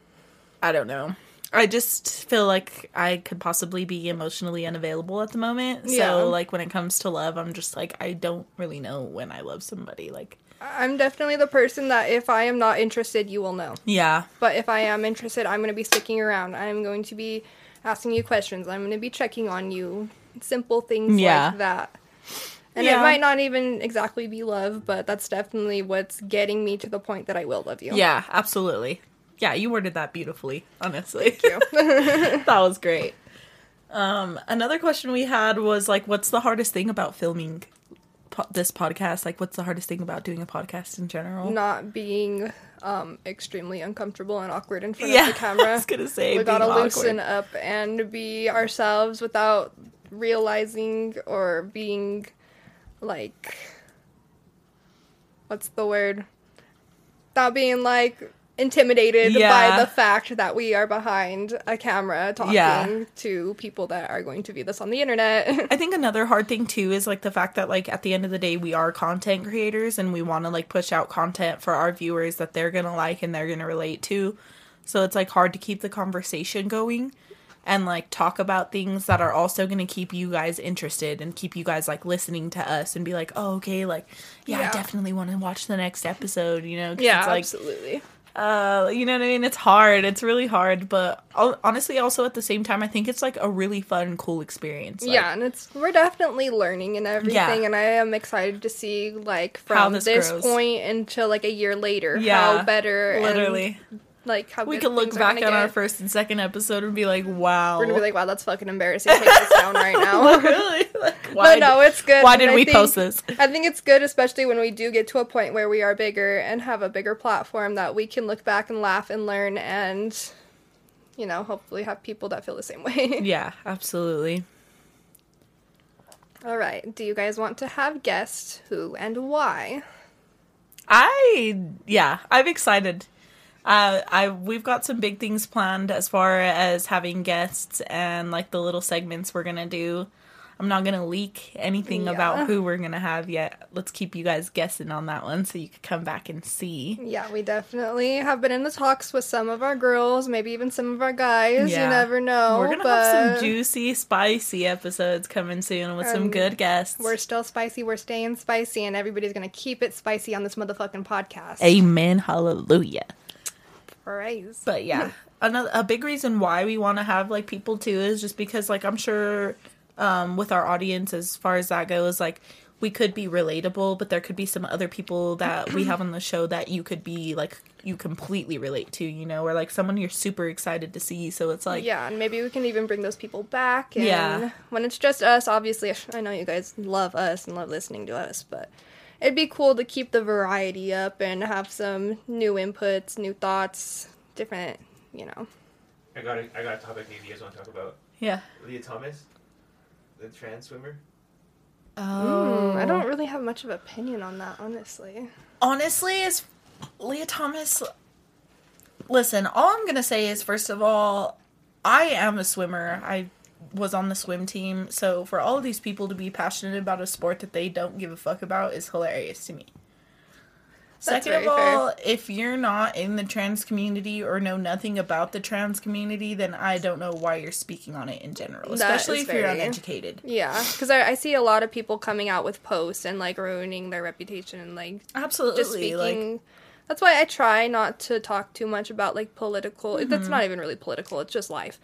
Speaker 2: I don't know. I just feel like I could possibly be emotionally unavailable at the moment. So,
Speaker 1: Yeah.
Speaker 2: like, when it comes to love, I'm just like, I don't really know when I love somebody. Like,
Speaker 1: I'm definitely the person that if I am not interested, you will know.
Speaker 2: yeah.
Speaker 1: But if I am interested, I'm going to be sticking around. I'm going to be asking you questions. I'm going to be checking on you. Simple things
Speaker 2: Yeah.
Speaker 1: like that. And
Speaker 2: Yeah.
Speaker 1: it might not even exactly be love, but that's definitely what's getting me to the point that I will love you.
Speaker 2: Yeah, absolutely. Yeah, you worded that beautifully, honestly.
Speaker 1: you.
Speaker 2: [laughs] that was great. Um, another question we had was like, what's the hardest thing about filming po- this podcast? Like, what's the hardest thing about doing a podcast in general?
Speaker 1: not being um, extremely uncomfortable and awkward in front
Speaker 2: yeah,
Speaker 1: of the camera.
Speaker 2: [laughs] I was gonna say
Speaker 1: we gotta
Speaker 2: being
Speaker 1: loosen
Speaker 2: awkward.
Speaker 1: up and be ourselves without realizing or being like what's the word not being like intimidated
Speaker 2: Yeah.
Speaker 1: by the fact that we are behind a camera talking
Speaker 2: Yeah.
Speaker 1: to people that are going to view this on the internet. [laughs]
Speaker 2: I think another hard thing too is like the fact that like at the end of the day we are content creators and we want to like push out content for our viewers that they're going to like and they're going to relate to. So it's like hard to keep the conversation going and like talk about things that are also going to keep you guys interested and keep you guys like listening to us and be like, "Oh, okay, like yeah, I
Speaker 1: Yeah.
Speaker 2: definitely want to watch the next episode," you know? 'cause it's like
Speaker 1: absolutely.
Speaker 2: uh, you know what I mean? It's hard. It's really hard, but hon- honestly also at the same time I think it's like a really fun cool experience. Like,
Speaker 1: yeah, and it's we're definitely learning and everything,
Speaker 2: Yeah.
Speaker 1: and I am excited to see like from
Speaker 2: How this
Speaker 1: this,
Speaker 2: grows.
Speaker 1: point until like a year later
Speaker 2: Yeah,
Speaker 1: how better and,
Speaker 2: Literally.
Speaker 1: like how
Speaker 2: we
Speaker 1: good
Speaker 2: could look
Speaker 1: things are
Speaker 2: back
Speaker 1: gonna
Speaker 2: on our
Speaker 1: get.
Speaker 2: first and second episode and be like, wow.
Speaker 1: We're gonna be
Speaker 2: [laughs]
Speaker 1: like, wow, that's fucking embarrassing. Take this down right now.
Speaker 2: really? Like,
Speaker 1: [laughs] but
Speaker 2: why,
Speaker 1: no, it's good.
Speaker 2: why
Speaker 1: and
Speaker 2: did
Speaker 1: I
Speaker 2: we
Speaker 1: think-
Speaker 2: post this? [laughs]
Speaker 1: I think it's good, especially when we do get to a point where we are bigger and have a bigger platform that we can look back and laugh and learn and, you know, hopefully have people that feel the same way.
Speaker 2: Yeah, absolutely.
Speaker 1: [laughs] All right. Do you guys want to have guests who and why?
Speaker 2: I, yeah, I'm excited. Uh, I we've got some big things planned as far as having guests and like the little segments we're gonna do. I'm not gonna leak anything
Speaker 1: Yeah.
Speaker 2: about who we're gonna have yet. Let's keep you guys guessing on that one so you can come back and see.
Speaker 1: Yeah, we definitely have been in the talks with some of our girls, maybe even some of our guys.
Speaker 2: Yeah.
Speaker 1: You never know.
Speaker 2: we're gonna have
Speaker 1: but
Speaker 2: some juicy, spicy episodes coming soon with some
Speaker 1: Um,
Speaker 2: good guests.
Speaker 1: We're still spicy. We're staying spicy, and everybody's gonna keep it spicy on this motherfucking podcast.
Speaker 2: Amen. Hallelujah.
Speaker 1: Praise.
Speaker 2: But yeah, another a big reason why we want to have like people too is just because like I'm sure um with our audience as far as that goes like we could be relatable, but there could be some other people that we have on the show that you could be like you completely relate to, you know, or like someone you're super excited to see. So it's like
Speaker 1: yeah, and maybe we can even bring those people back. And
Speaker 2: Yeah.
Speaker 1: When it's just us, obviously, I know you guys love us and love listening to us, but it'd be cool to keep the variety up and have some new inputs, new thoughts, different, you know.
Speaker 5: I got a, I got a topic maybe you guys want to talk about.
Speaker 2: yeah.
Speaker 5: Leah Thomas, the trans swimmer.
Speaker 2: Oh,
Speaker 1: Hmm, I don't really have much of an opinion on that, honestly.
Speaker 2: honestly is leah thomas listen all i'm gonna say is first of all i am a swimmer i was on the swim team so for all of these people to be passionate about a sport that they don't give a fuck about is hilarious to me
Speaker 1: That's
Speaker 2: Second of
Speaker 1: very fair.
Speaker 2: all, if you're not in the trans community or know nothing about the trans community, then I don't know why you're speaking on it in general,
Speaker 1: That
Speaker 2: especially
Speaker 1: is
Speaker 2: if you're
Speaker 1: very-
Speaker 2: uneducated.
Speaker 1: Yeah, because I, I see a lot of people coming out with posts and like ruining their reputation and like
Speaker 2: Absolutely,
Speaker 1: just speaking. that's why I try not to talk too much about like political.
Speaker 2: Mm-hmm.
Speaker 1: That's not even really political. It's just life.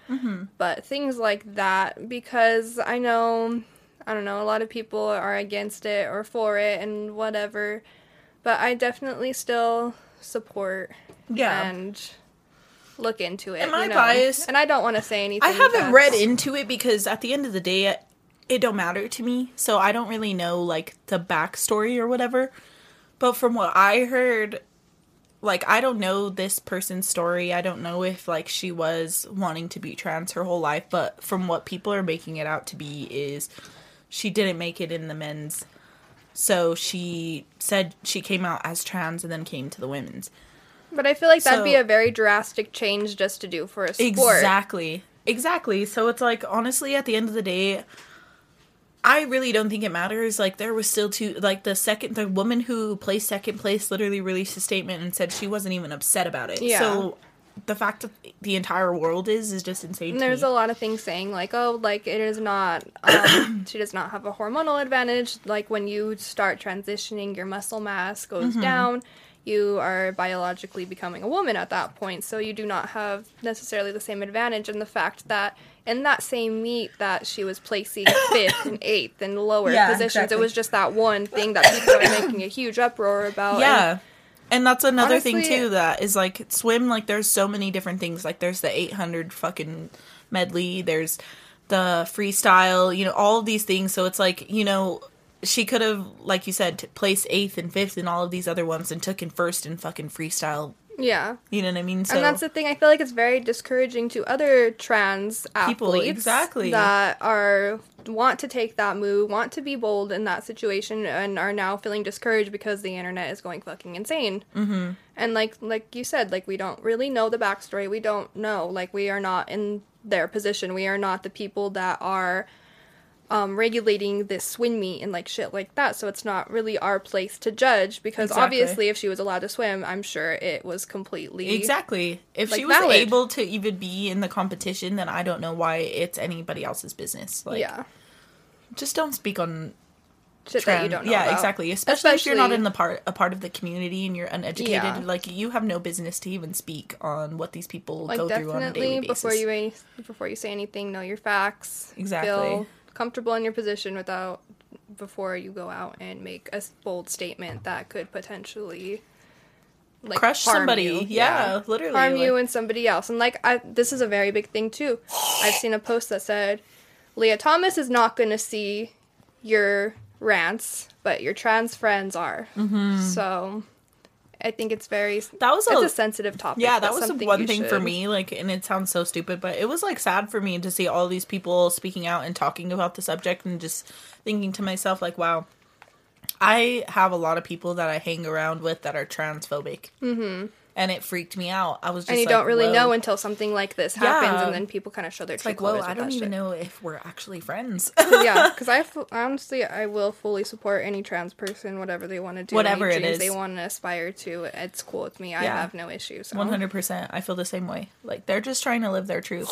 Speaker 1: But things like that because I know I don't know a lot of people are against it or for it and whatever. But I definitely still support
Speaker 2: like yeah.
Speaker 1: and look into it.
Speaker 2: Am
Speaker 1: you
Speaker 2: I
Speaker 1: know?
Speaker 2: biased?
Speaker 1: And I don't want to say anything.
Speaker 2: I haven't
Speaker 1: that's-
Speaker 2: read into it because at the end of the day, it, it don't matter to me. So I don't really know like the backstory or whatever. But from what I heard, like I don't know this person's story. I don't know if like she was wanting to be trans her whole life. But from what people are making it out to be is she didn't make it in the men's. So she said she came out as trans and then came to the women's.
Speaker 1: But I feel like that'd be
Speaker 2: So-
Speaker 1: a very drastic change just to do for a sport.
Speaker 2: Exactly. Exactly. So it's like honestly at the end of the day I really don't think it matters. Like there was still two like the second the woman who placed second place literally released a statement and said she wasn't even upset about it.
Speaker 1: Yeah.
Speaker 2: So the fact that the entire world is is just insane.
Speaker 1: And
Speaker 2: to
Speaker 1: there's
Speaker 2: me.
Speaker 1: a lot of things saying like, oh, like it is not. Um, [coughs] she does not have a hormonal advantage. Like when you start transitioning, your muscle mass
Speaker 2: Mm-hmm.
Speaker 1: goes down. You are biologically becoming a woman at that point, so you do not have necessarily the same advantage. And the fact that in that same meet that she was
Speaker 2: [coughs]
Speaker 1: placing fifth and eighth and lower
Speaker 2: Yeah,
Speaker 1: positions,
Speaker 2: exactly.
Speaker 1: it was just that one thing that people are making a huge uproar about. Oh, and
Speaker 2: yeah. And that's another thing
Speaker 1: Honestly-
Speaker 2: too that is like swim like there's so many different things like there's the 800 fucking medley there's the freestyle you know all of these things so it's like you know she could have like you said t- placed 8th and 5th and all of these other ones and took in first in fucking freestyle
Speaker 1: Yeah.
Speaker 2: You know what I mean? So
Speaker 1: and that's the thing. I feel like it's very discouraging to other trans athletes
Speaker 2: People, exactly.
Speaker 1: that are want to take that move, want to be bold in that situation, and are now feeling discouraged because the internet is going fucking insane.
Speaker 2: Mhm.
Speaker 1: And like like you said, like we don't really know the backstory. We don't know. Like we are not in their position. We are not the people that are um, regulating this swim meet and like shit like that. So it's not really our place to judge because
Speaker 2: Exactly.
Speaker 1: obviously, if she was allowed to swim, I'm sure it was completely
Speaker 2: exactly. If
Speaker 1: Like,
Speaker 2: she was
Speaker 1: valid.
Speaker 2: able to even be in the competition, then I don't know why it's anybody else's business. Like,
Speaker 1: yeah
Speaker 2: just don't speak on
Speaker 1: shit that you
Speaker 2: trans.
Speaker 1: don't know.
Speaker 2: yeah,
Speaker 1: about.
Speaker 2: exactly. Especially, if you're not
Speaker 1: Especially-
Speaker 2: in the part a part of the community and you're uneducated.
Speaker 1: Yeah.
Speaker 2: Like, you have no business to even speak on what these people
Speaker 1: Like
Speaker 2: go through on a
Speaker 1: definitely
Speaker 2: daily basis.
Speaker 1: before you any, before you say anything, know your facts.
Speaker 2: Exactly.
Speaker 1: Feel comfortable in your position without before you go out and make a s- bold statement that could potentially like
Speaker 2: Crush
Speaker 1: harm
Speaker 2: somebody.
Speaker 1: you.
Speaker 2: Yeah, literally.
Speaker 1: harm you
Speaker 2: like-
Speaker 1: and somebody else. And like I, this is a very big thing too. I've seen a post that said Leah Thomas is not going to see your rants, but your trans friends are.
Speaker 2: Mm-hmm.
Speaker 1: So I think it's very
Speaker 2: that was
Speaker 1: it's a sensitive topic.
Speaker 2: Yeah,
Speaker 1: but
Speaker 2: that was the
Speaker 1: something
Speaker 2: one
Speaker 1: you
Speaker 2: thing for
Speaker 1: should-
Speaker 2: me. Like, and it sounds so stupid, but it was like sad for me to see all these people speaking out and talking about the subject, and just thinking to myself, like, wow, I have a lot of people that I hang around with that are transphobic, mm-hmm. and it freaked me out. I was just
Speaker 1: And you
Speaker 2: like,
Speaker 1: don't really
Speaker 2: whoa.
Speaker 1: know until something like this happens,
Speaker 2: Yeah.
Speaker 1: and then people kind of show their
Speaker 2: It's
Speaker 1: true
Speaker 2: like, whoa,
Speaker 1: colors
Speaker 2: I
Speaker 1: with
Speaker 2: don't
Speaker 1: that
Speaker 2: even
Speaker 1: shit.
Speaker 2: know if we're
Speaker 1: [laughs]
Speaker 2: actually friends.
Speaker 1: yeah, because I f- honestly I will fully support any trans person, whatever they want to do, any
Speaker 2: Whatever it
Speaker 1: dreams
Speaker 2: is.
Speaker 1: they want to aspire to. It's cool with me. I
Speaker 2: Yeah.
Speaker 1: have no issues.
Speaker 2: [laughs] One hundred percent. I feel the same way. Like they're just trying to live
Speaker 1: [gasps]
Speaker 2: their truth.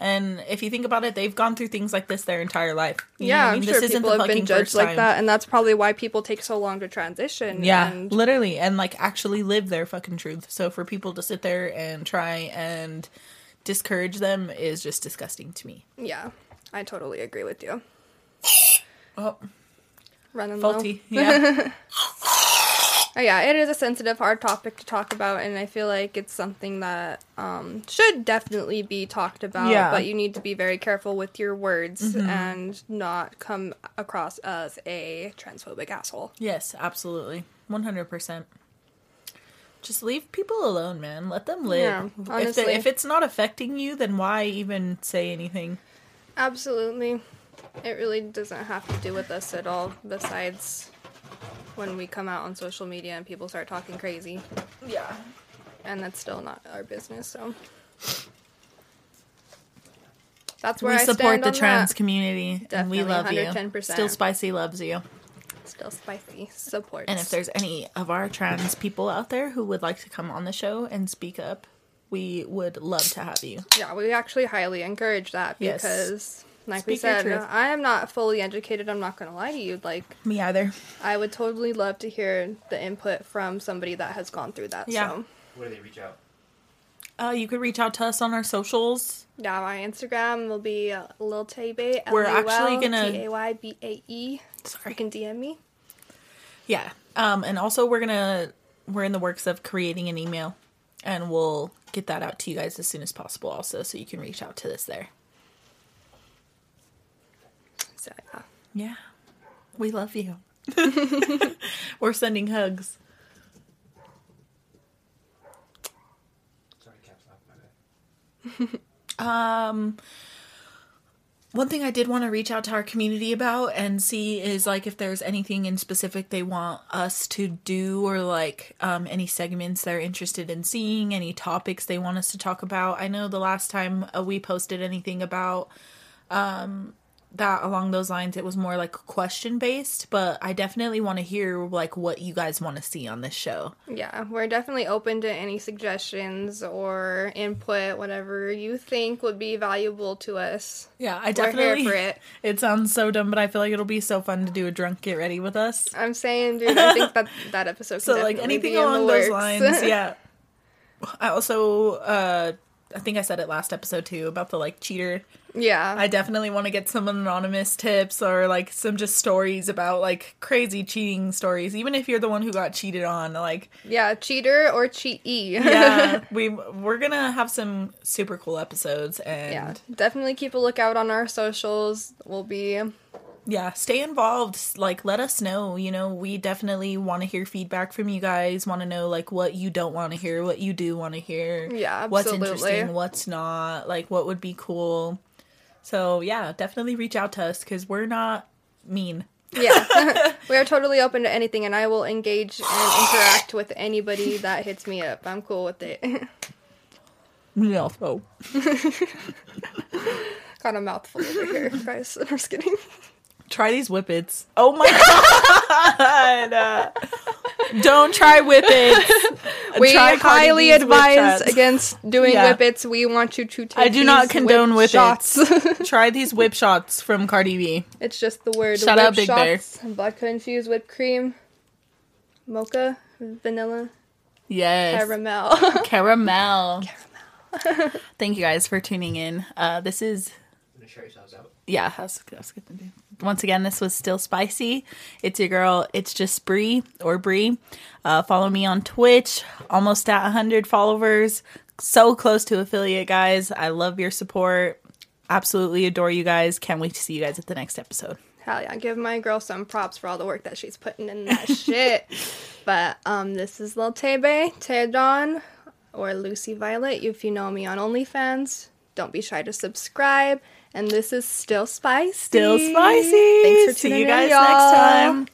Speaker 2: And if you think about it, they've gone through things like this their entire life. You know
Speaker 1: yeah,
Speaker 2: what
Speaker 1: I'm sure people have been
Speaker 2: fucking
Speaker 1: judged
Speaker 2: first
Speaker 1: like
Speaker 2: time.
Speaker 1: that, and that's probably why people take so long to transition.
Speaker 2: Yeah,
Speaker 1: and
Speaker 2: literally, and like actually live their fucking truth. So for people to sit there and try and discourage them is just disgusting to me.
Speaker 1: yeah, I totally agree with you.
Speaker 2: Oh,
Speaker 1: Running low.
Speaker 2: faulty.
Speaker 1: [laughs]
Speaker 2: Yeah,
Speaker 1: Uh, yeah, it is a sensitive, hard topic to talk about, and I feel like it's something that um, should definitely be talked about.
Speaker 2: Yeah. Mm-hmm.
Speaker 1: But you need to be very careful with your words and not come across as a transphobic asshole.
Speaker 2: yes, absolutely, one hundred percent. Just leave people alone, man. Let them live.
Speaker 1: Yeah,
Speaker 2: if, they-
Speaker 1: honestly.
Speaker 2: if it's not affecting you, then why even say anything?
Speaker 1: Absolutely. It really doesn't have to do with us at all, besides when we come out on social media and people start talking crazy.
Speaker 2: Yeah,
Speaker 1: And that's still not our business, so. That's where
Speaker 2: we
Speaker 1: I
Speaker 2: support
Speaker 1: stand
Speaker 2: the
Speaker 1: on
Speaker 2: trans
Speaker 1: that.
Speaker 2: community, and we love
Speaker 1: Definitely,
Speaker 2: you.
Speaker 1: 110%.
Speaker 2: Still, spicy loves you.
Speaker 1: Still spicy. Support.
Speaker 2: And if there's any of our trans people out there who would like to come on the show and speak up, we would love to have you.
Speaker 1: Yeah, we actually highly encourage that
Speaker 2: Yes.
Speaker 1: because, like we
Speaker 2: Speak your
Speaker 1: said,
Speaker 2: truth.
Speaker 1: I am not fully educated. I'm not going to lie to you. Like,
Speaker 2: Me either.
Speaker 1: I would totally love to hear the input from somebody that has gone through that.
Speaker 2: Yeah.
Speaker 1: So,
Speaker 5: Where do they reach out?
Speaker 2: Uh, you could reach out to us on our socials.
Speaker 1: yeah, my Instagram will be uh, Lil Taybe.
Speaker 2: We're actually gonna-
Speaker 1: T A Y B A E. You
Speaker 2: Sorry.
Speaker 1: can DM me.
Speaker 2: Yeah. Um, and also we're gonna we're in the works of creating an email, and we'll get that out to you guys as soon as possible. Also, so you can reach out to us there.
Speaker 1: So, yeah.
Speaker 2: Yeah. We love you. [laughs] we're sending hugs.
Speaker 5: Sorry, caps off my bad.
Speaker 2: Um, one thing I did want to reach out to our community about and see is like if there's anything in specific they want us to do or like um, any segments they're interested in seeing, any topics they want us to talk about. I know the last time uh, we posted anything about um, that along those lines it was more like question based but i definitely want to hear like what you guys want to see on this show
Speaker 1: Yeah, we're definitely open to any suggestions or input, whatever you think would be valuable to us.
Speaker 2: yeah i
Speaker 1: We're
Speaker 2: definitely
Speaker 1: here for it.
Speaker 2: it sounds so dumb but i feel like it'll be so fun to do a drunk get ready with us
Speaker 1: I'm saying, dude, I think
Speaker 2: [laughs]
Speaker 1: that that episode. Could
Speaker 2: so like
Speaker 1: definitely be
Speaker 2: anything
Speaker 1: in the
Speaker 2: along
Speaker 1: works. [laughs]
Speaker 2: those lines yeah i also uh i think i said it last episode too about the like cheater
Speaker 1: yeah.
Speaker 2: i definitely want to get some anonymous tips or like some just stories about like crazy cheating stories even if you're the one who got cheated
Speaker 1: [laughs]
Speaker 2: on like
Speaker 1: yeah, cheater or [laughs] cheatee.
Speaker 2: yeah we we're gonna have some super cool episodes and
Speaker 1: yeah. Definitely keep a lookout on our socials. We'll be
Speaker 2: yeah stay involved S- like let us know you know we definitely want to hear feedback from you guys want to know like what you don't want to hear what you do want to hear
Speaker 1: Yeah,
Speaker 2: what's
Speaker 1: absolutely.
Speaker 2: interesting what's not like what would be cool so yeah definitely reach out to us because we're not mean [laughs]
Speaker 1: Yeah. [laughs] we are totally open to anything, and I will engage and interact with anybody that hits me up. I'm cool with it. [laughs]
Speaker 2: yeah so
Speaker 1: Got a mouthful over
Speaker 2: [laughs]
Speaker 1: here, guys. [laughs] I'm just kidding.
Speaker 2: try these whippets oh my [laughs] god Uh, don't try whippets
Speaker 1: We
Speaker 2: Try Cardi
Speaker 1: highly
Speaker 2: B's whip
Speaker 1: advise
Speaker 2: shots.
Speaker 1: against doing
Speaker 2: Yeah.
Speaker 1: whippets. We want you to take.
Speaker 2: I do not
Speaker 1: these
Speaker 2: condone
Speaker 1: whip
Speaker 2: whippets.
Speaker 1: shots. [laughs]
Speaker 2: try these whip shots from cardi b
Speaker 1: it's just the word.
Speaker 2: Shout
Speaker 1: whip
Speaker 2: out Big Bear.
Speaker 1: shots, Vodka infused whipped cream, mocha, vanilla,
Speaker 2: yes
Speaker 1: caramel. [laughs]
Speaker 2: [laughs] caramel. Thank you guys for tuning in. Uh, this is
Speaker 9: I'm gonna show yourselves out.
Speaker 2: yeah. That's, that's good to do. Once again, this was still spicy. It's your girl. It's just Bree or Bree. Uh, follow me on Twitch. Almost at 100 followers. So close to affiliate, guys. I love your support. Absolutely adore you guys. Can't wait to see you guys at the next episode.
Speaker 1: Hell yeah, give my girl some props for all the work that she's putting in
Speaker 2: [laughs]
Speaker 1: that shit. But um this is Lil Tebe, Teodon, or Lucy Violet. If you know me on OnlyFans, don't be shy to subscribe. And this is Still Spicy.
Speaker 2: Still spicy.
Speaker 1: Thanks for tuning
Speaker 2: see you
Speaker 1: in,
Speaker 2: guys
Speaker 1: y'all.
Speaker 2: next time.